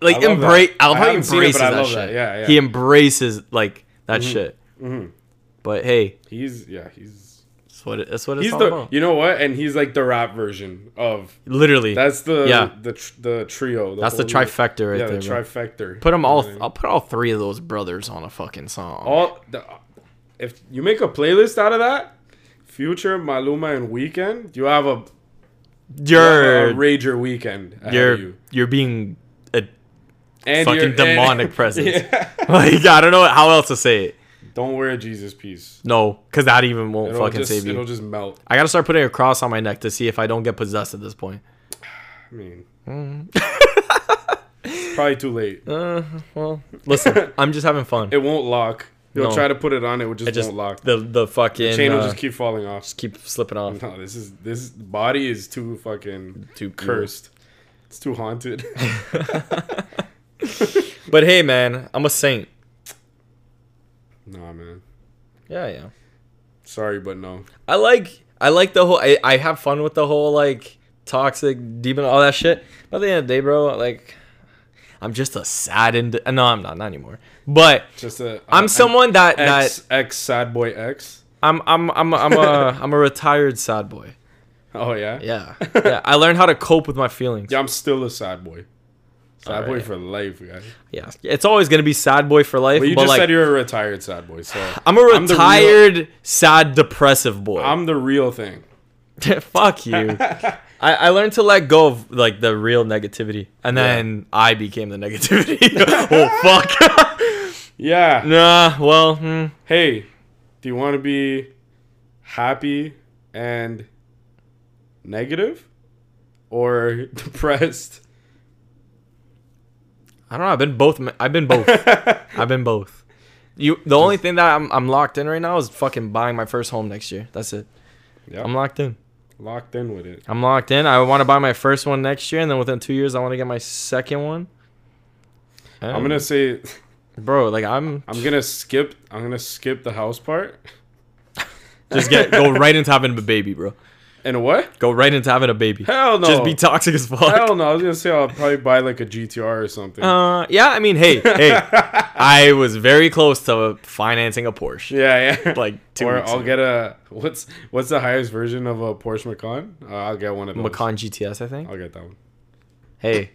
Like love that. embrace I love I how he haven't seen it, embraces but I that love shit. that. Yeah, Mm-hmm. yeah. He embraces like that shit. But hey, He's yeah. He's that's what it, that's what it's he's all the about. you know what? And he's like the rap version of Literally. That's, that's the Yeah. the tr- the trio. that's the whole- trifecta right Yeah, there. the bro. trifecta. put them all You know what I I'll put all three of those brothers on a fucking song. mean? all the, if you make a playlist out of that, Future, Maluma, and Weekend, you have a, you have a you're rager weekend. Ahead you're of you. you're being a and fucking you're- and- demonic presence. Yeah. like I don't know how else to say it. Don't wear a Jesus piece. No, because that even won't It'll fucking just, save It'll you. just melt. I gotta start putting a cross on my neck to see if I don't get possessed at this point. I mean, Mm. it's probably too late. Uh, well, listen, I'm just having fun. It won't lock. You'll No. try to put it on. It will just, I just won't lock. The the the fucking chain will uh, just keep falling off. keep slipping off. No, this is this body is too fucking Too cursed. It's too haunted. But hey, man, I'm a saint. nah, man. Yeah, yeah. Sorry, but no. I like I like the whole. I, I have fun with the whole like toxic demon all that shit. But at the end of the day, bro, like I'm just a saddened. No, I'm not not anymore. But Just a. I'm an someone that that X X sad boy X. I'm I'm I'm I'm a I'm a retired sad boy. Oh yeah. Yeah. Yeah. I learned how to cope with my feelings. Yeah, I'm still a sad boy. Sad boy Alright. for life, guys. Yeah. It's always gonna be sad boy for life. But But, you just like said you're a retired sad boy, so I'm a the real- retired sad depressive boy. I'm the real thing. Fuck you. I, I learned to let go of like the real negativity. And then I became the negativity. oh fuck. Yeah. nah, well, hmm. Hey, do you want to be happy and negative or depressed? I don't know. I've been both ma- I've been both. I've been both. You the only thing that I'm I'm locked in right now is fucking buying my first home next year. That's it. Yep. I'm locked in. Locked in with it. I'm locked in. I want to buy my first one next year, and then within two years, I want to get my second one. Um, I'm gonna say bro, like I'm I'm gonna skip I'm gonna skip the house part. just get go right into having a baby, bro. And what? Go right into having a baby. Hell no. Just be toxic as fuck. Hell no. I was gonna say I'll probably buy like a GTR or something. Uh, yeah, I mean, hey, hey, I was very close to financing a Porsche. yeah, yeah. Like two or weeks I'll ago. get a what's what's the highest version of a Porsche Macan? Uh, I'll get one of those. Macan GTS, I think. I'll get that one. Hey,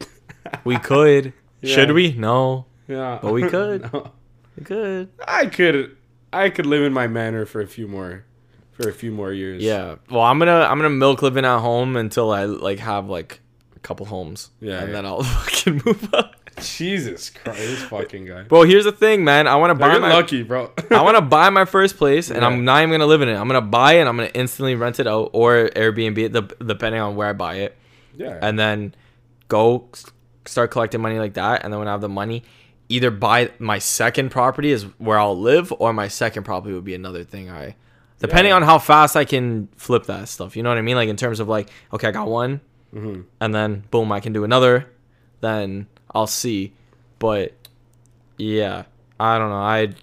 we could. Yeah. Should we? No, Yeah. But we could. No. we could. I could I could live in my manor for a few more for a few more years. Yeah. Well, I'm gonna I'm gonna milk living at home until I like have like a couple homes. Yeah, And yeah. then I'll fucking move up. Jesus Christ, this fucking guy. Bro, here's the thing, man. I want to buy You're my lucky, bro. I want to buy my first place, and Yeah. I'm not even gonna live in it. I'm gonna buy it. and I'm gonna instantly rent it out or Airbnb it, dep- depending on where I buy it, yeah. and then go s- start collecting money like that. And then when I have the money, either buy my second property is where I'll live, or my second property would be another thing I. Depending Yeah. on how fast I can flip that stuff, you know what I mean. Like in terms of like, okay, I got one, Mhm. and then boom, I can do another. Then I'll see, but Yeah, I don't know. I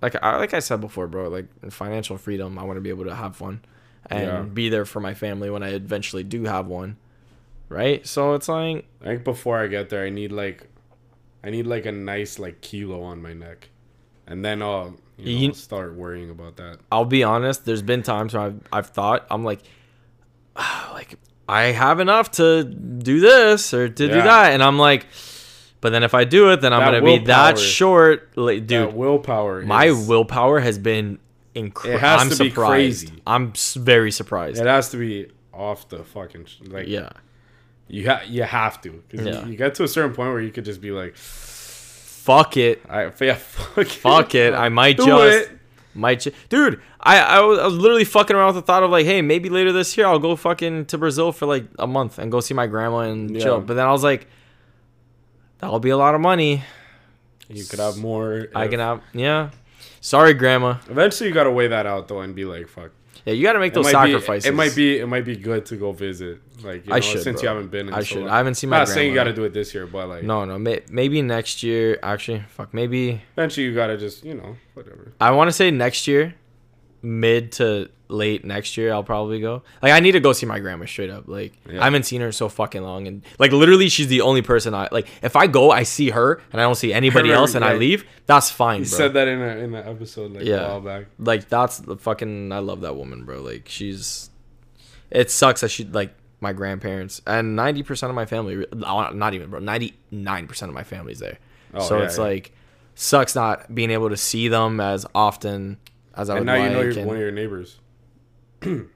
like I like I said before, bro. Like financial freedom, I want to be able to have fun and Yeah. be there for my family when I eventually do have one. Right? So it's like I think before I get there, I need like, I need like a nice like kilo on my neck, and then I'll you know, You- I'll start worrying about that. I'll be honest. There's been times where I've I've thought I'm like, "Ah, like I have enough to do this or to do Yeah. that, and I'm like, but then if I do it, then I'm gonna That be willpower- that short, like, dude. Dude, willpower. my is- willpower has been incredible. It has I'm to be surprised. crazy. I'm s- very surprised. It has to be off the fucking sh- like yeah. You ha- you have to because Yeah. you, you get to a certain point where you could just be like, Fuck it. I yeah, fuck, Fuck it. I might Do just. it. Might ju- dude, I, I, was, I was literally fucking around with the thought of like, hey, maybe later this year I'll go fucking to Brazil for like a month and go see my grandma and Yeah. chill. But then I was like, that'll be a lot of money. You could have more. I if- can have, yeah. Sorry, grandma. Eventually, you gotta weigh that out though, and be like, "Fuck." Yeah, you got to make It those might, be, sacrifices. it might be. It might be good to go visit. Like you I know, should, since bro. you haven't been. In I so should. long. I haven't seen I'm my. not saying you grandma. gotta do it this year, but like No, no, may, maybe next year. Actually, fuck, maybe eventually you gotta just you know whatever. I want to say next year, mid to late next year, I'll probably go. Like, I need to go see my grandma straight up. Like, Yeah. I haven't seen her so fucking long, and like literally, she's the only person I like. If I go, I see her, and I don't see anybody remember, else, and I yeah. leave. That's fine, You bro. said that in a in an episode like Yeah. a while back. like, that's the fucking. I love that woman, bro. Like, she's. It sucks that she like my grandparents and ninety percent of my family. uh, Not even, bro. Ninety nine percent of my family's there. Oh, so yeah, it's yeah. like sucks not being able to see them as often as I And would now like. you know you're and- one of your neighbors. Who?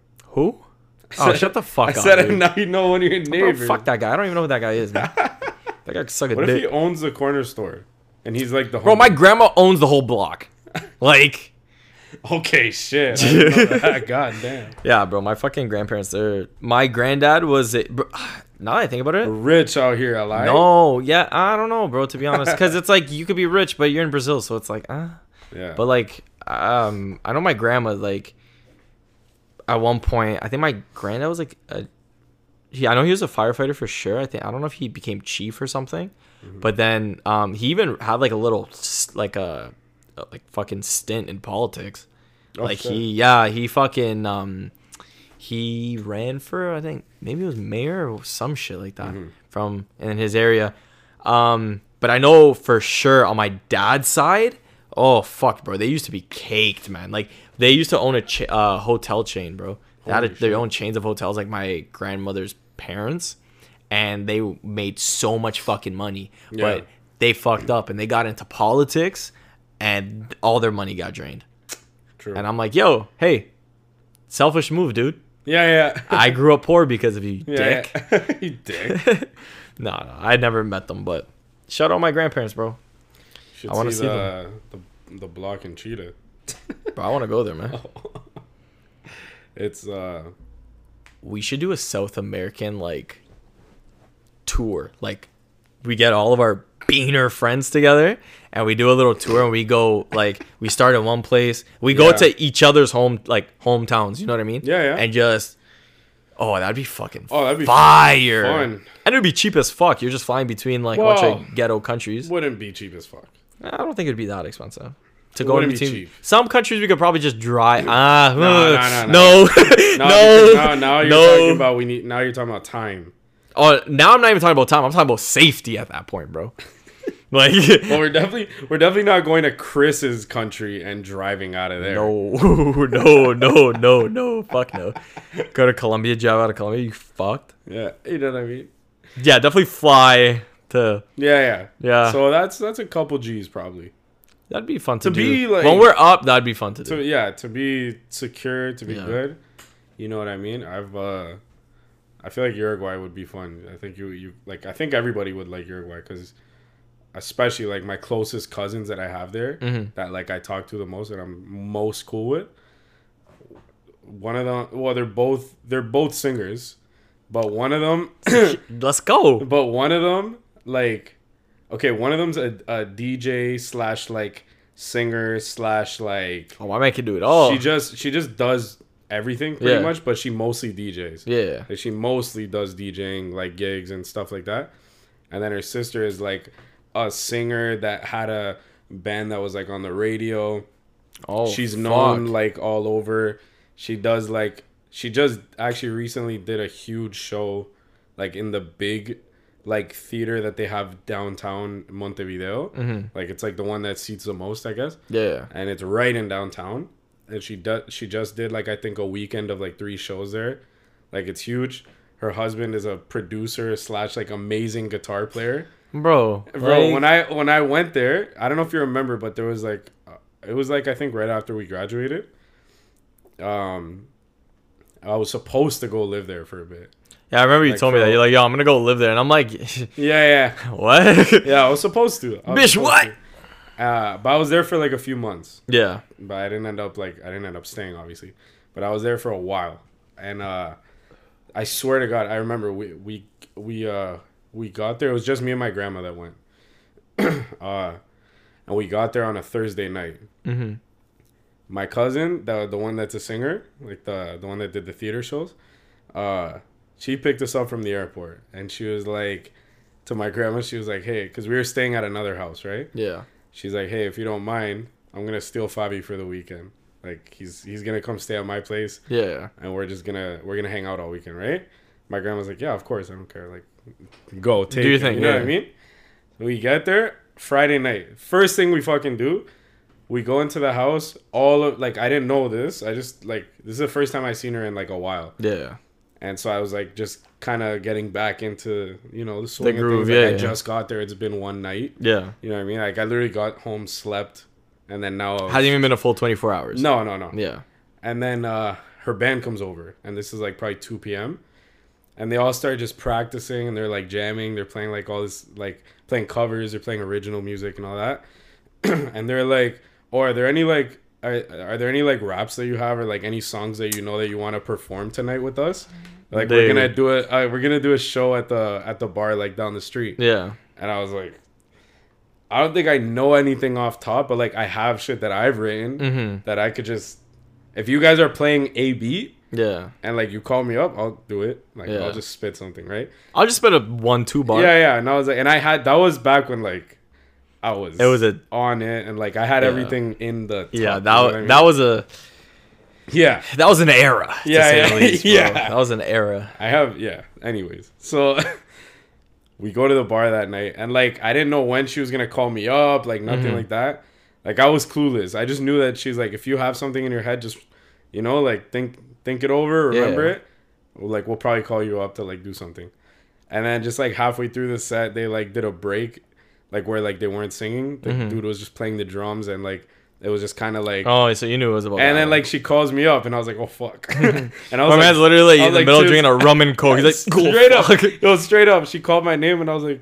Oh, shut the fuck I up. said dude. and now you know one of your Bro, neighbors. fuck that guy. I don't even know who that guy is, man. that guy could suck a What if dick. he owns the corner store, and he's like the Bro, my grandma owns the whole block. Like, okay shit. I didn't know that. God damn. yeah, bro, my fucking grandparents, they're. My granddad was. A, bro, now that I think about it. Rich out here, alive. No, yeah, I don't know, bro, to be honest. Because it's like, you could be rich, but you're in Brazil, so it's like, ah. Yeah. But like, um, I know my grandma like. At one point, I think my granddad was like a. He, I know he was a firefighter for sure. I think I don't know if he became chief or something, Mm-hmm. but then um, he even had like a little s- like a, a like fucking stint in politics. Oh, like shit. he yeah he fucking um he ran for I think maybe it was mayor or some shit like that Mm-hmm. from in his area. Um, but I know for sure on my dad's side, oh fuck, bro, they used to be caked, man. Like they used to own a cha- uh, hotel chain, bro. They had a, Holy their shit. own chains of hotels, like my grandmother's parents, and they made so much fucking money, Yeah. but they fucked up and they got into politics, and all their money got drained. True. And I'm like, yo, hey, selfish move, dude. yeah, yeah. I grew up poor because of you, Yeah, dick. yeah. you dick. No, no, I never met them, but shout out my grandparents, bro. Should I wanna see, see the, uh, the the block in Cheetah. Bro, I want to go there, man. It's uh We should do a South American like tour. Like, we get all of our beaner friends together and we do a little tour and we go like we start in one place. We go Yeah. to each other's home like hometowns. You know what I mean? Yeah, yeah. And just oh, that'd be fucking Oh, that'd be fire. fun. And it'd be cheap as fuck. You're just flying between like a bunch Whoa. of ghetto countries. wouldn't be cheap as fuck. I don't think it'd be that expensive. To go in wouldn't be between cheap. some countries, we could probably just dry. Ah, no, no, no, no, No, no, because now, now you're no. talking about we need now you're talking about time. Oh, now I'm not even talking about time. I'm talking about safety at that point, bro. Like, But we're definitely we're definitely not going to Chris's country and driving out of there. no, no, no, no, no, fuck no. Go to Colombia, drive out of Colombia. You fucked. Yeah, you know what I mean? Yeah, definitely fly to. Yeah, yeah. Yeah. So that's that's a couple G's probably. That'd be fun to, To do. be, like- when we're up, that'd be fun to do. So yeah, to be secure, to be Yeah. good. You know what I mean? I've uh I feel like Uruguay would be fun. I think you you like I think everybody would like Uruguay cuz especially like my closest cousins that I have there that like I talk to the most and I'm most cool with. One of them well they're both they're both singers, but one of them Let's go. But one of them, like, okay, one of them's a, a DJ slash like singer slash like Oh, my man can do it all. she just she just does everything pretty Yeah. much, but she mostly DJs. yeah. Like, she mostly does DJing like gigs and stuff like that. And then her sister is like a singer that had a band that was like on the radio. Oh, She's fuck. known like all over. She does like she just actually recently did a huge show like in the big like theater that they have downtown Montevideo. Mm-hmm. Like it's like the one that seats the most, I guess. Yeah. And it's right in downtown. And she does she just did like I think a weekend of like three shows there. Like it's huge. Her husband is a producer slash like amazing guitar player Bro. bro when i when i went there i don't know if you remember but there was like uh, it was like i think right after we graduated um i was supposed to go live there for a bit Yeah, I remember you like, told me that. bro. You're like, yo, I'm gonna go live there. And I'm like, yeah yeah what? yeah i was supposed to I was Bitch, supposed what? to. uh but i was there for like a few months Yeah. but i didn't end up like i didn't end up staying obviously but i was there for a while and uh i swear to god i remember we we we uh we got there it was just me and my grandma that went uh and we got there on a thursday night Mm-hmm. my cousin, the the one that's a singer, like the the one that did the theater shows, uh, she picked us up from the airport, and she was like, to my grandma, she was like, "Hey, because we were staying at another house, right?" Yeah. She's like, "Hey, if you don't mind, I'm gonna steal Fabi for the weekend. Like he's he's gonna come stay at my place, Yeah. and we're just gonna we're gonna hang out all weekend, right?" My grandma's like, "Yeah, of course, I don't care. Like, go take your it." thing, You know what yeah. I mean? We get there Friday night. First thing we fucking do, we go into the house. All of like I didn't know this. I just like this is the first time I seen her in like a while, Yeah. and so I was like just kind of getting back into you know the swing of groove, things. Like, yeah, I yeah. just got there. It's been one night. Yeah. You know what I mean? Like I literally got home, slept, and then now. Hasn't even been a full 24 hours. no, no, no. Yeah. And then uh, her band comes over, and this is like probably 2 p.m. And they all start just practicing, and they're like jamming. They're playing like all this, like playing covers. They're playing original music and all that. and they're like, "Oh, are there any like, are, are there any like raps that you have, or like any songs that you know that you want to perform tonight with us? Like we're They- gonna do it. Uh, we're gonna do a show at the at the bar like down the street." Yeah. And I was like, I don't think I know anything off top, but like I have shit that I've written Mhm. that I could just. If you guys are playing a beat Yeah. and like you call me up, I'll do it. Like Yeah. I'll just spit something, right? I'll just spit a one two bar. yeah, yeah. And I was like, and I had that was back when like I was. It was a- on it, and like I had Yeah. everything in the. top, Yeah, you know that what I mean? that was a yeah. that was an era. to Yeah, say yeah, the least, bro. yeah. That was an era. I have yeah. Anyways, so we go to the bar that night, and like I didn't know when she was gonna call me up, like nothing Mm-hmm. like that. Like I was clueless. I just knew that she's like, if you have something in your head, just you know, like think think it over, remember Yeah. it. Well, Like we'll probably call you up to like do something. And then just like halfway through the set, they like did a break, like where like they weren't singing. The dude was just playing the drums, and like it was just kind of like. Mm-hmm. Oh, so you knew it was about. And that. then like she calls me up, and I was like, oh fuck. and I my was man's literally I in was the like, middle of dude, drinking a rum and coke. He's like, cool. straight fuck." up. Yo, straight up. She called my name and I was like,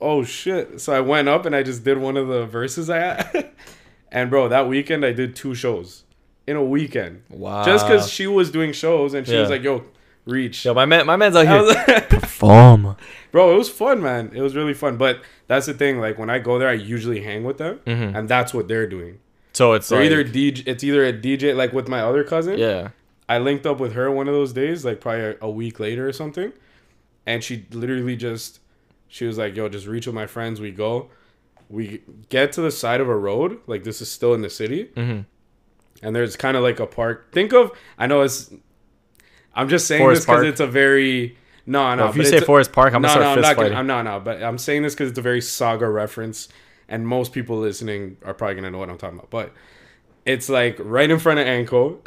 oh shit. So I went up and I just did one of the verses I had. and bro, that weekend I did two shows in a weekend. Wow. Just because she was doing shows and she was Yeah. like, yo, reach. Yo, my man, my man's out I here. was like- Perform. bro, it was fun, man. It was really fun. But that's the thing. Like when I go there, I usually hang with them Mm-hmm. and that's what they're doing. So it's So like, either DJ, it's either a DJ, like with my other cousin. yeah, I linked up with her one of those days, like probably a, a week later or something, and she literally just she was like, "Yo, just reach with my friends. We go, we get to the side of a road. Like this is still in the city, Mhm. and there's kind of like a park. Think of I know it's. I'm just saying Forest this because park? it's a very no no. Well, if you but say it's a- Forest Park, I'm no, gonna no, start I'm fist not gonna, fighting. I'm not, no, but I'm saying this because it's a very saga reference, and most people listening are probably gonna know what I'm talking about. But it's like right in front of Anko.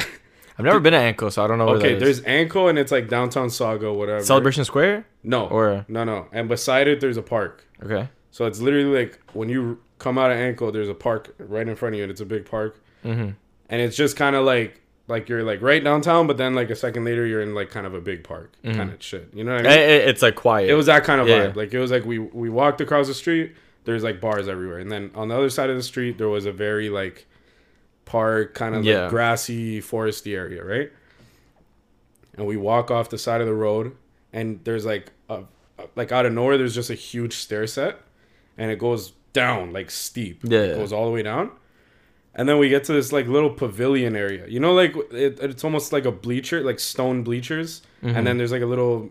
I've never been at Anko, so I don't know. Where Okay, that is. there's Anko and it's like downtown Saga, whatever. Celebration Square. No, or- no, no. And beside it, there's a park. Okay. So it's literally like when you come out of Anko, there's a park right in front of you, and it's a big park. Mm-hmm. And it's just kind of like like you're like right downtown, but then like a second later, you're in like kind of a big park Mm-hmm. kind of shit. You know what I mean? it's like quiet. it was that kind of Yeah. vibe. Like it was like we we walked across the street. There's like bars everywhere, and then on the other side of the street, there was a very like park kind of Yeah. like grassy foresty area, right? And we walk off the side of the road, and there's like a like out of nowhere, there's just a huge stair set, and it goes down like steep. Yeah. it goes all the way down. And then we get to this like little pavilion area. You know, like it, it's Mm-hmm. almost like a bleacher, like stone bleachers, and then there's like a little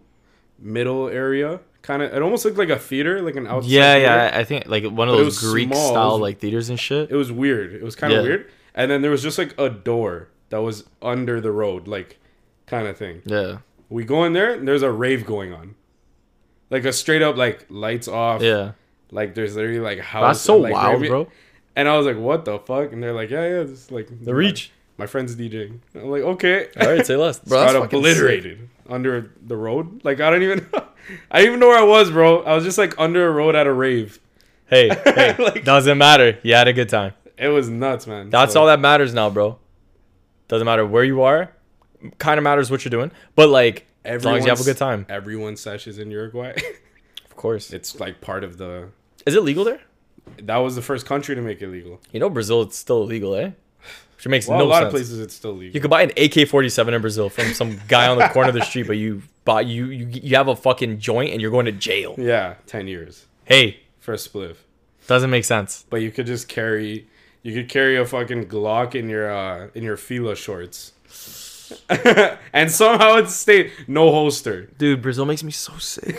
middle area kind of. It almost looked like a theater, like an outside. yeah, theater. yeah. I think like one of But it those was Greek small. It style was- like theaters and shit. It was weird. It was kind of Yeah. weird. And then there was just like a door that was under the road, like kind of thing. Yeah, We go in there, and there's a rave going on, like a straight up like lights off. yeah. Like there's literally like house. That's so and, like, wild, rave- bro. And I was like, what the fuck? And they're like, yeah, yeah, this is like the reach. My, my friend's DJing. I'm like, okay. All right, say less. Bro, got that's fucking sick. obliterated under the road. Like I don't even know. I didn't even know where I was, bro. I was just like under a road at a rave. Hey, hey Like- doesn't matter. You had a good time. It was nuts, man. That's So- all that matters now, bro. Doesn't matter where you are. Kind of matters what you're doing, but like as long as you have a Everyone's- good time, Everyone seshes in Uruguay. of course. it's like part of the. Is it legal there? That was the first country to make it legal. You know, Brazil it's still illegal, eh? Which makes Well, no a lot sense. of places it's still legal. You could buy an AK-47 in Brazil from some guy on the corner of the street, but you buy you you you have a fucking joint and you're going to jail. yeah, ten years Hey, for a spliff, doesn't make sense. but you could just carry. You could carry a fucking Glock in your uh, in your Fila shorts, and somehow it stayed no holster. Dude, Brazil makes me so sick.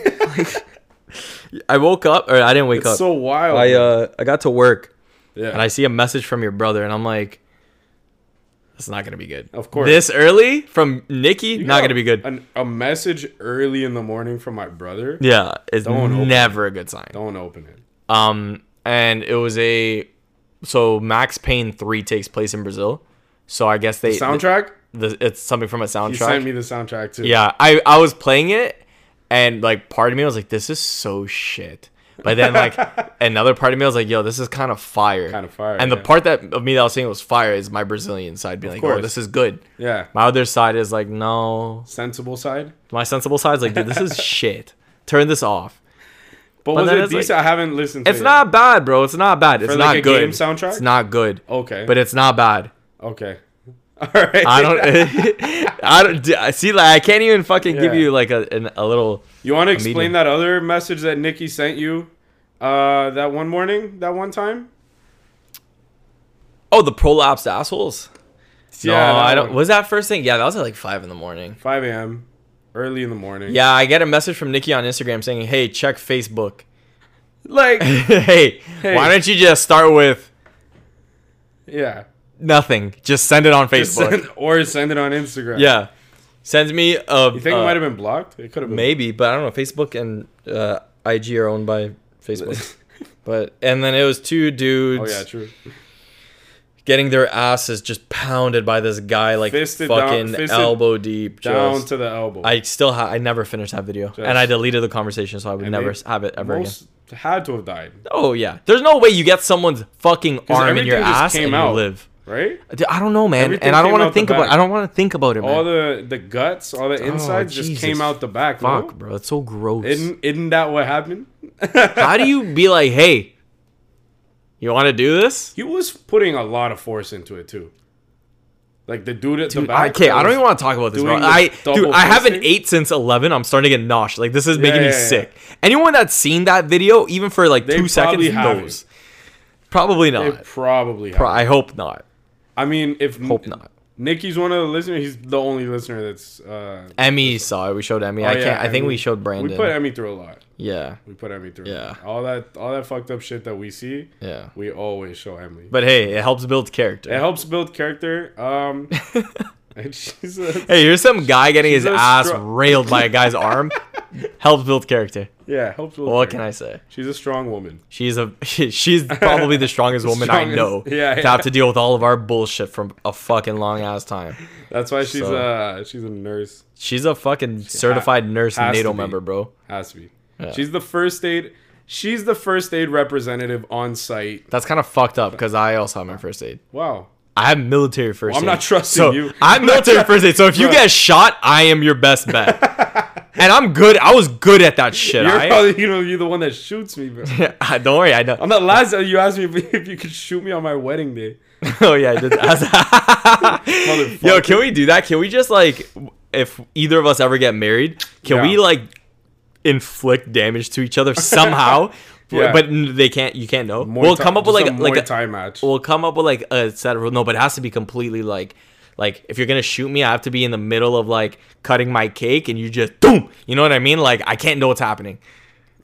I woke up or I didn't wake up. It's so wild. I uh I got to work yeah. and I see a message from your brother and I'm like that's not going to be good. Of course. This early from Nikki, You not got going to be good. An, a message early in the morning from my brother. yeah, it's Don't open never a good sign. Don't open it. Um, and it was a so Max Payne three takes place in Brazil. So I guess they Soundtrack. the- it's something from a He sent soundtrack. me the soundtrack too. yeah, I I was playing it, and like part of me was like, this is so shit. But then like another part of me was like, yo, this is kind of fire. Kind of fire, And the yeah. part that of me that I was saying was fire is my Brazilian side being like, oh, course. this is good. Yeah. My other side is like, no. Sensible side. My sensible side's like, dude, this is shit. Turn this off. But, was then it it's like- decent? I haven't listened. to It's it. not bad, bro. It's not bad. It's Oh, For, not like, a good. game soundtrack? Oh, It's not good. Okay. but it's not bad. okay. All right. I don't. I don't d- I see. Like I can't even fucking give Yeah. you like a an, a little. You want to explain medium. that other message that Nikki sent you? Uh, that one morning, that one time. Oh, the prolapsed assholes. Yeah, no, that I don't. one. Was that first thing? Yeah, that was at like five in the morning. Five a.m. Early in the morning. Yeah, I get a message from Nikki on Instagram saying, "Hey, check Facebook." Like. hey, why don't you just start with Yeah. nothing? Just send it on Facebook. Just send- or send it on Instagram. yeah, sends me a. You think uh, it might have been blocked? It could have been. maybe, but I don't know. Facebook and uh, IG are owned by Facebook. but and then it was two dudes. Oh yeah, true. getting their asses just pounded by this guy like Fisted down- fucking fisted elbow deep. Down Just, to the elbow. I still ha- I never finished that video, and I deleted the conversation, so I would And never they s have it ever again. Most had to have died, Oh yeah, there's no way you get someone's fucking arm in your everything just ass came and out. you live. right? Dude, I don't know, man, Everything and I don't came want out to the think about. back. I don't want to think about it, man. All the the guts, all the insides just Oh, Jesus. came out the back. no? Fuck, bro, it's so gross. Isn't isn't that what happened? How do you be like, hey, you want to do this? He was putting a lot of force into it too. Like the dude at the Dude, I back. can't. I don't was- even want to talk about this, bro. doing the I dude, double I haven't fisting? ate since eleven. I'm starting to get nosh. Like this is making me yeah, yeah. sick. Anyone that's seen that video, even for like They two seconds, probably haven't. knows. Probably They not. probably. Pro- have. I hope not. I mean, if Hope not. Nikki's one of the listeners. He's the only listener that's. Uh, Emmy saw it. We showed Emmy. I Oh, yeah, can't. I think Emmy. we showed Brandon. we put Emmy through a lot. yeah, We put Emmy through. a Yeah. lot. All that all that fucked up shit that we see, yeah. we always show Emily. But hey, it helps build character. it helps build character. Um, and she's a, hey, here's some guy getting his a ass stro- railed by a guy's arm. helps build character. yeah, helps build. What can character. I say? She's a strong woman. She's a she's probably the strongest woman I Strongest- know yeah, to yeah. have to deal with all of our bullshit from a fucking long ass time. That's why she's So- uh she's a nurse. She's a fucking certified nurse and has to NATO be. member, bro. Has to be. Yeah. She's the first aid. She's the first aid representative on site. That's kind of fucked up because I also have my first aid. Wow. I have military first Well, I'm aid. not trusting so you. I'm military first aid. So if you Bruh. get shot, I am your best bet. and I'm good. I was good at that shit. You're I, probably gonna be the one that shoots me, bro. don't worry. I know. On the last, you asked me if, if you could shoot me on my wedding day. oh yeah, I did that. Yo, can we do that? Can we just like, if either of us ever get married, can Yeah. we like inflict damage to each other somehow? Yeah. But n- they can't. You can't know. Muay we'll Thai- come up with just like like Muay a- Thai match. we'll come up with like a set of rules. No, but it has to be completely like. Like if you're gonna shoot me, I have to be in the middle of like cutting my cake, and you just boom. You know what I mean? Like I can't know what's happening.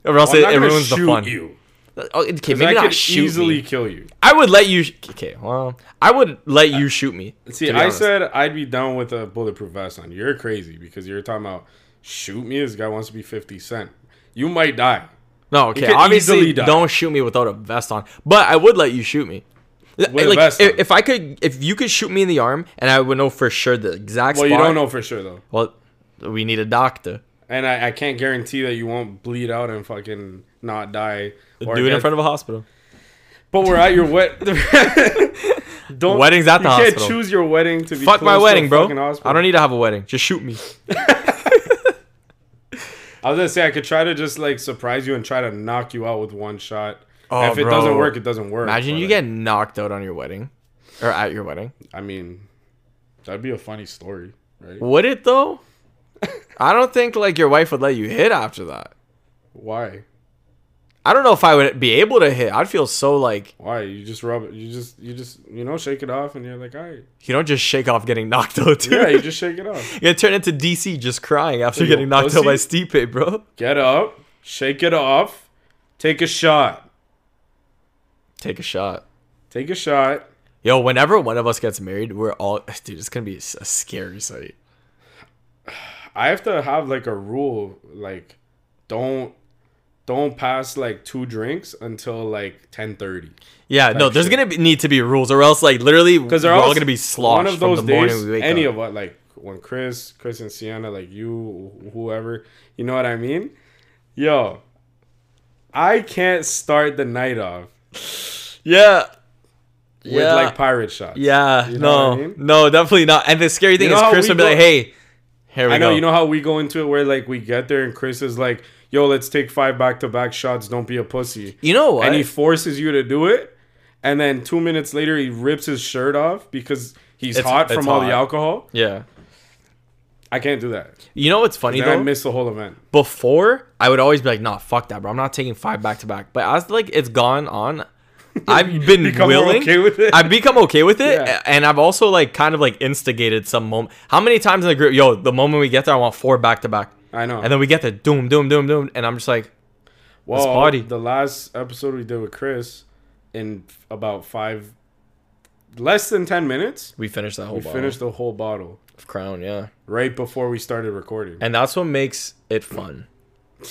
Or else I'm it, not it gonna ruins the shoot fun. You, Oh, okay, 'cause maybe I not could shoot easily me. kill you. I would let you. Okay, well, I would let you shoot me. Uh, See, to be I honest. said I'd be down with a bulletproof vest on. You're crazy because you're talking about shoot me. This guy wants to be Fifty Cent. You might die. no. Okay, could obviously easily die. don't shoot me without a vest on. But I would let you shoot me. a like vest if, on. if I could, if you could shoot me in the arm, and I would know for sure the exact. Well, you spot- don't know for sure though, Well, we need a doctor. and I, I can't guarantee that you won't bleed out and fucking not die. Or Do it in get- front of a hospital. But we're at your wet. don't Wedding's at you the can't hospital. choose your wedding to be Fuck my close to a wedding, bro. fucking hospital. I don't need to have a wedding. Just shoot me. I was gonna say I could try to just like surprise you and try to knock you out with one shot. Oh, if it bro. doesn't work, it doesn't work. Imagine but, you like, get knocked out on your wedding, or at your wedding. I mean, that'd be a funny story, right? Would it though? I don't think like your wife would let you hit after that. Why? I don't know if I would be able to hit. I'd feel so like Why? You just rub it. You just you just you know shake it off, and you're like, all right, you don't just shake off getting knocked out. Dude. yeah, you you just shake it off. are gonna turn into DC just crying after You getting knocked out by pussy. Stipe, bro. Get up, shake it off, take a shot, Take a shot. take a shot. Yo, whenever one of us gets married, we're all dude. It's gonna be s- a scary sight. I have to have like a rule, like don't don't pass like two drinks until like ten thirty. Yeah, no, there's shit. gonna be, need to be rules, or else like literally because we're they're all gonna be sloshed One of those from the morning days, we wake any up. of us, like when Chris, Chris and Sienna, like you, wh- whoever, you know what I mean? Yo, I can't start the night off yeah, with Yeah. like pirate shots. yeah, You know no, what I mean? no, definitely not. And the scary thing know is, how Chris we will be go- like, "Hey, here we I know. go." You know how we go into it where like we get there and Chris is like, "Yo, let's take five back to back shots. Don't be a pussy." you know what? and he forces you to do it. And then two minutes later, he rips his shirt off because he's It's- hot it's from all the hot. alcohol. yeah, I can't do that. you know what's funny Then though? I miss the whole event. before I would always be like, nah, fuck that, bro. I'm not taking five back to back. But as like it's gone on, I've been Become more willing. okay with it. I've become okay with it, Yeah. a- and I've also like kind of like instigated some moment. How many times in the group, yo, the moment we get there, I want four back to back, I know. and then we get there, doom, doom, doom, doom, and I'm just like, Well, party. the last episode we did with Chris in f- about five, less than ten minutes, we finished that whole we bottle finished the whole bottle of Crown, yeah, right before we started recording. and that's what makes it fun.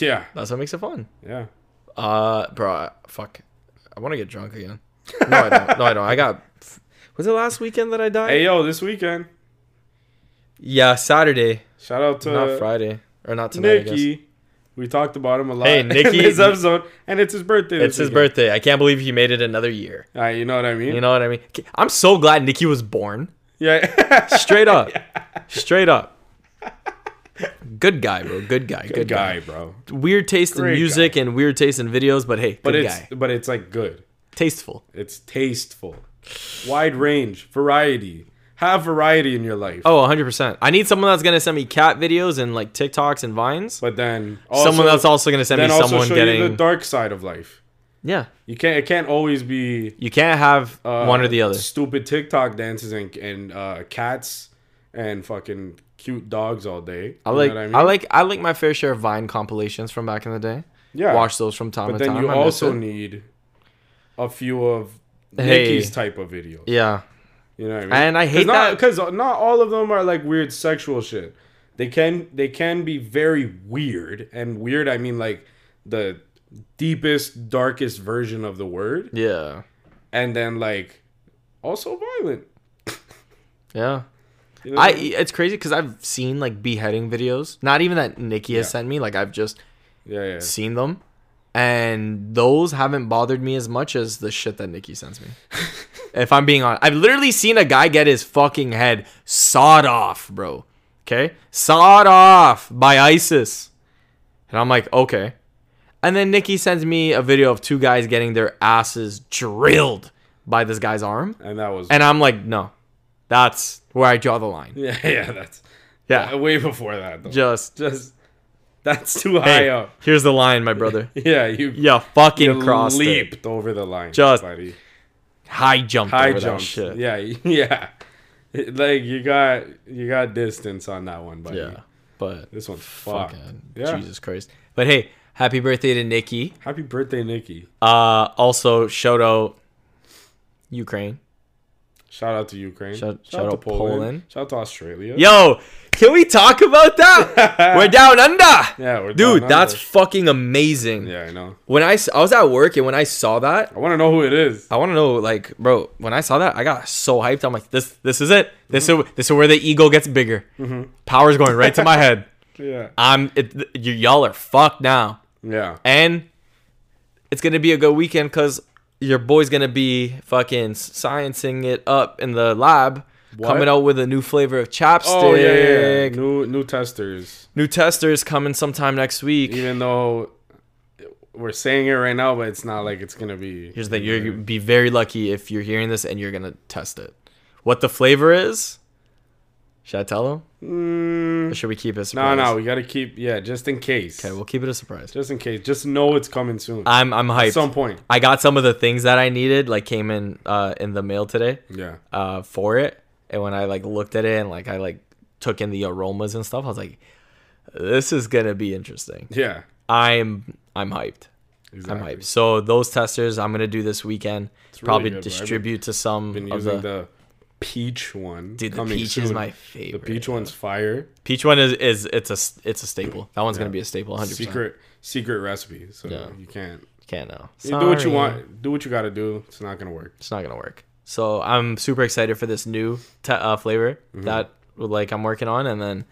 yeah, That's what makes it fun. yeah. Uh, bro, I- fuck, I want to get drunk again. No, I don't. No, I don't. I got. Was it last weekend that I died? Hey yo, this weekend, Yeah, Saturday. shout out to not Friday or not tonight. I guess. Uh, Nikki. We talked about him a lot Hey, in Nikki- this episode, and it's his birthday. It's his birthday. I can't believe he made it another year. birthday. you know what I mean? You know what I mean? K- I'm so glad Nikki was born. yeah. Straight up, straight up. Good guy, bro. Good guy. Good, Good guy. guy, bro. Weird taste in Great music and weird taste in videos, but hey, But good it's guy. but it's like good. Tasteful. It's tasteful, wide range, variety. Have variety in your life. Oh, 100%. I need someone that's going to send me cat videos and like TikToks and vines. But then also, someone that's also going to send me then also someone show getting you the dark side of life. Yeah. You can't. It can't always be You can't have uh, one or the other. Stupid TikTok dances and and uh, cats and fucking cute dogs all day. I like I, like I like my fair share of Vine compilations from back in the day. Yeah. Watch those from time But to then time. you I miss also it. need a few of Hey. Nicki's type of videos. Yeah. You know what I mean? And I hate that- because not all of them are like weird sexual shit. They can they can be very weird and weird. I mean like the deepest, darkest version of the word, Yeah. and then like also violent. Yeah. You know I what mean? it's crazy cuz I've seen like beheading videos. Not even that Nikki has Yeah. sent me, like I've just yeah yeah. seen them. And those haven't bothered me as much as the shit that Nikki sends me. if I'm being honest, I've literally seen a guy get his fucking head sawed off, bro. Okay? Sawed off by ISIS. And I'm like, okay. And then Nikki sends me a video of two guys getting their asses drilled by this guy's arm. And that was And I'm like, no, that's where I draw the line. yeah yeah that's Yeah. way before that though. Just, Just that's too hey, high up. here's the line, my brother. Yeah, you Yeah, fucking you crossed it. leaped over the line. Just buddy. high jump high over that jump. shit. Yeah yeah. Like you got you got distance on that one, buddy. Yeah, but This one's fucked. fucking Yeah. Jesus Christ. But hey, Happy birthday to Nikki. Happy birthday, Nikki. Uh, also shout out Ukraine. Shout out to Ukraine. Shout- shout out Poland. Shout out to Australia. Yo, can we talk about that? we're down under. Yeah, we're Dude, down that's under. fucking amazing. yeah, I know. When I, s- I was at work and when I saw that, I want to know who it is. I want to know, like, bro, when I saw that, I got so hyped. I'm like, this, this is it. This Mm-hmm. is this is where the ego gets bigger. Power's going right to my head. Yeah. I'm, it, y- y'all are fucked now, Yeah. and it's gonna be a good weekend because your boy's gonna be fucking sciencing it up in the lab, coming out with a new flavor of chapstick. Oh yeah, yeah, yeah. New new testers. New testers coming sometime next week. Even though we're saying it right now, but it's not like it's gonna be. Here's the thing: you're gonna be very lucky if you're hearing this and you're gonna test it. What the flavor is? Should I tell them? Mm, Or should we keep it a no, surprise? no, we gotta keep. Yeah, just in case. Okay, we'll keep it a surprise. Just in case. Just know it's coming soon. I'm I'm hyped. At some point. I got some of the things that I needed, like came in uh in the mail today, Yeah. uh for it. And when I like looked at it and like I like took in the aromas and stuff, I was like, this is gonna be interesting. Yeah. I'm I'm hyped. Exactly. I'm hyped. So those testers I'm gonna do this weekend. really probably good, bro. I've been- distribute to some Been of using the, the, peach one. dude. The coming peach is soon. my The favorite. peach one's fire. Peach one is, is it's a s- it's a staple. That one's gonna be a staple. 100. percent Secret secret recipe. So Yeah. you can't. Can't know. You do what you Sorry. want. Do what you gotta do. It's not gonna work. it's not gonna work. So I'm super excited for this new te- uh, flavor Mm-hmm. that like I'm working on, and then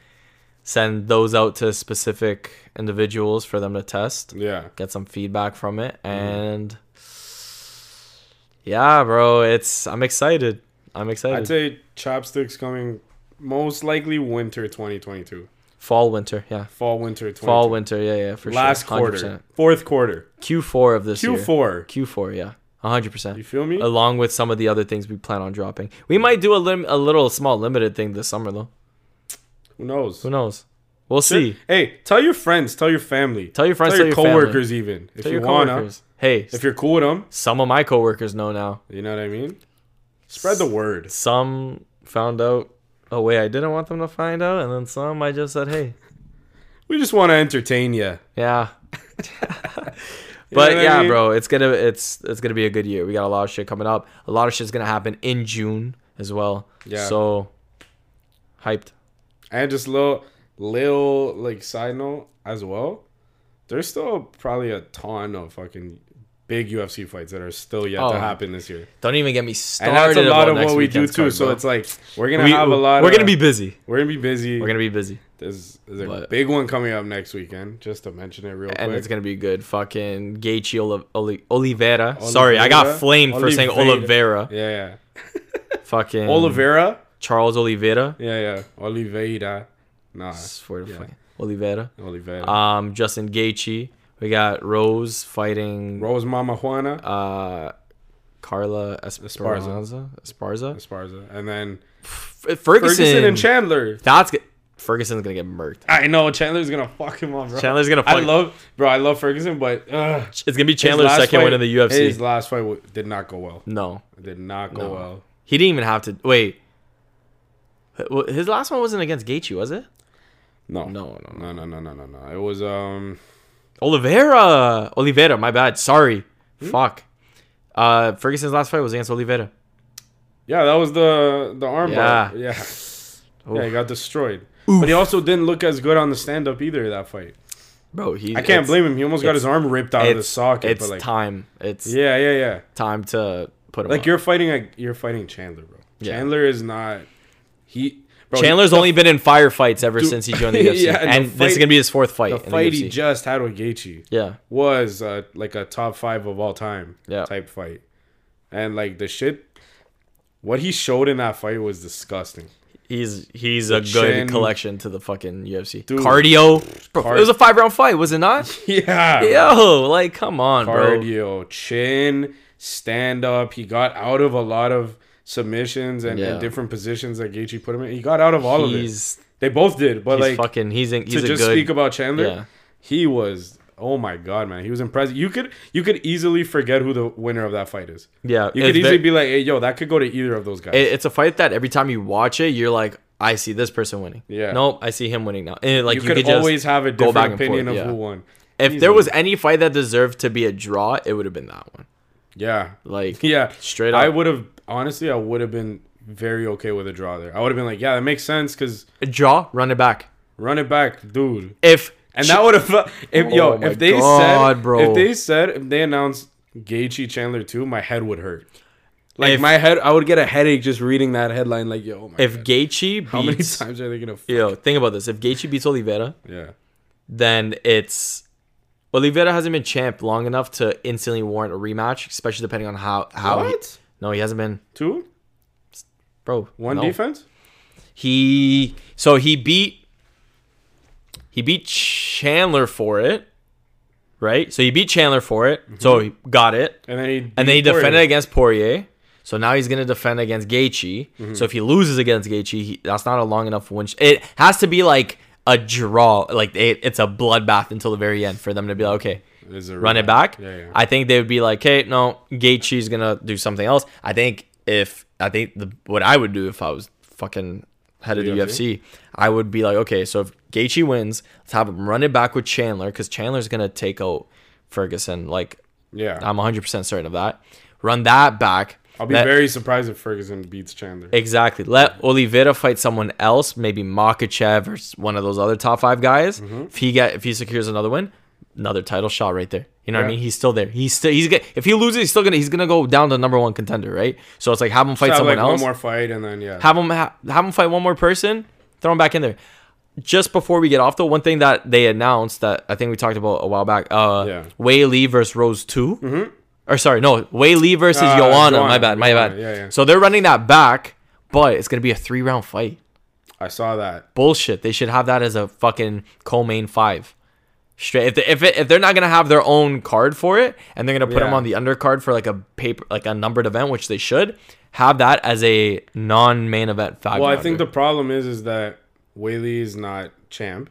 send those out to specific individuals for them to test, Yeah. get some feedback from Mm-hmm. it, and yeah, bro, it's I'm excited. I'm I'd excited. say chopsticks coming most likely winter 2022. Fall winter, yeah. Fall winter 2022. Fall winter, yeah, yeah, for Last sure. quarter. Fourth quarter. Q4 of this year. Oh. Q4. Q4, yeah, 100. percent You feel me? Along with some of the other things we plan on dropping, we might do a lim- a little small limited thing this summer though. Who knows? Who knows? We'll see. Hey, tell your friends, tell your family. Tell your friends, tell your tell your family. coworkers even if Tell you your wanna. coworkers. Hey, If you're cool with them, some of my coworkers know now. you know what I mean? Spread the word. Some found out a way I didn't want them to find out, and then some I just said, "Hey, We just want to entertain you. yeah." but know what I yeah, mean? bro, it's gonna it's it's gonna be a good year. We got a lot of shit coming up. A lot of shit's gonna happen in June as well. Yeah. So hyped. And just little little like side note as well. There's still probably a ton of fucking big UFC fights that are still yet Oh. to happen this year. Don't even get me started. and that's a about lot of next what we do weekend's too. card, so bro. it's like we're gonna we, have a lot. We're of, gonna be busy. we're gonna be busy. We're gonna be busy. there's there's a But- big one coming up next weekend. Just to mention it real and quick. it's gonna be good. Fucking Gaethje Oli- Oli- Oliveira. Sorry, I got Oliveira? flamed for saying Oliveira. Oliveira. yeah, Hmm. yeah. Fucking Oliveira. Charles Oliveira. Yeah, yeah. Oliveira. Nah, Swear to yeah. fucking Oliveira. Oliveira. Um, Justin Gaethje. We got Rose fighting Rose Mama Juana uh, Carla Esparza. Esparza. Esparza, and then F- Ferguson. Ferguson and Chandler. That's good. Ferguson's gonna get murked. I know Chandler's gonna fuck him up, bro. Chandler's gonna I fuck- love, bro. I love Ferguson, but uh, his It's gonna be Chandler's last second win fight- in the UFC. His last fight w- did not go well. no, Did not go No. well. he didn't even have to wait. Well, His last one wasn't against Gaethje, was it? No, No, no, no, no, no, no, no, no. It was um Oliveira. Oliveira, my bad. Sorry. Fuck. Uh, Ferguson's last fight was against Oliveira. Yeah, that was the the armbar. Yeah. Yeah. Yeah. he got destroyed. But he also didn't look as good on the stand up either that fight. Bro, he. I can't it's- blame him. He almost got his arm ripped out of the It's, socket. it's but like, time. It's yeah, yeah, yeah. time to put him. Like up. you're fighting, a, you're fighting Chandler, bro. Yeah. Chandler is not. He. Bro, Chandler's only been in firefights ever Dude, since he joined the UFC, yeah, and the and this is fight- gonna be his fourth fight. he, the in fight the he UFC. just had with Gaethje yeah, was uh, like a top five of all time Yeah. type fight, and like the shit, what he showed in that fight was disgusting. he's he's a good chin- collection to the fucking UFC. Dude. Cardio. Bro, it was a five round fight, was it not? Yeah. Yo, like come on, bro. cardio, chin, stand up. He got out of a lot of submissions and, and Yeah. different positions that Gaethje put him in. He got out of all of it. He's They both did, but he's like fucking he's in, he's to a just good. speak about Chandler, Yeah. he was oh my god, man, he was impressive. You could you could easily forget who the winner of that fight is. yeah, You it's could easily ve- be like, hey, yo, that could go to either of those guys. it, it's a fight that every time you watch it, you're like, I see this person winning. Yeah. Nope, I see him winning now. And like you, could just always have a go back different and opinion forth, of yeah. who won. If there was any fight that deserved to be a draw, it would have been that one. Yeah. Like Yeah. straight I up would have honestly I would have been very okay with a draw there. I would have been like, yeah, that makes sense cuz draw, run it back. run it back, dude. If And that would have if yo, Oh my if they God, said bro. if they said if they announced Gaethje Chandler 2, my head would hurt. Like If- my head I would get a headache just reading that headline like, yo, oh my if God. Gaethje beats how many times are they going to Yo, think about this. If Gaethje beats Oliveira, Yeah. then it's Oliveira hasn't been champ long enough to instantly warrant a rematch, especially depending on how how. he- What? no, he hasn't been, Two? bro. One no. defense? He so he beat he beat Chandler for it, right? So he beat Chandler for it. So he got it. And then Mm-hmm. he And then he beat Poirier. defended against Poirier. So now he's going to defend against Gaethje. Mm-hmm. So if he loses against Gaethje, he, that's not a long enough win. It has to be like a draw. Like it, it's a bloodbath until the very end for them to be like, okay, Is a run rematch. it back. Yeah, yeah. I think they would be like, hey, no, Gaethje's going to do something else. I think if I think the, what I would do if I was fucking head of the UFC? UFC, I would be like, okay, so if Gaethje wins, let's have him run it back with Chandler because Chandler's going to take out Ferguson like yeah. I'm 100% certain of that. Run Um, that back. I'll be Let- very surprised if Ferguson beats Chandler. Exactly. Let Oliveira fight someone else, maybe Makachev or s- one of those other top five guys. Mm-hmm. If he get if he secures another win, another title shot right there. You know what I Yeah. mean? He's still there. He's still he's get, if he loses, he's still gonna he's gonna go down to number one contender, right? So it's like have him fight Have, someone like else. one more fight and then yeah. Have him ha- have him fight one more person. Throw him back in there. Just before we get off though, one thing that they announced that I think we talked about a while back. Uh, Yeah. Mm-hmm. Wei Lee versus Rose 2 or sorry, no, Wei Lee versus Uh, Joanna. Joanna, My bad, my Joanna, bad. yeah, yeah. So they're running that back, but it's gonna be a three round fight. I saw that. Bullshit. They should have that as a fucking co-main five. Straight. If they, if it, if they're not gonna have their own card for it, and they're gonna put them Yeah. on the undercard for like a paper like a numbered event, which they should have that as a non-main event five. Well, I think the problem is is that Whaley is not champ,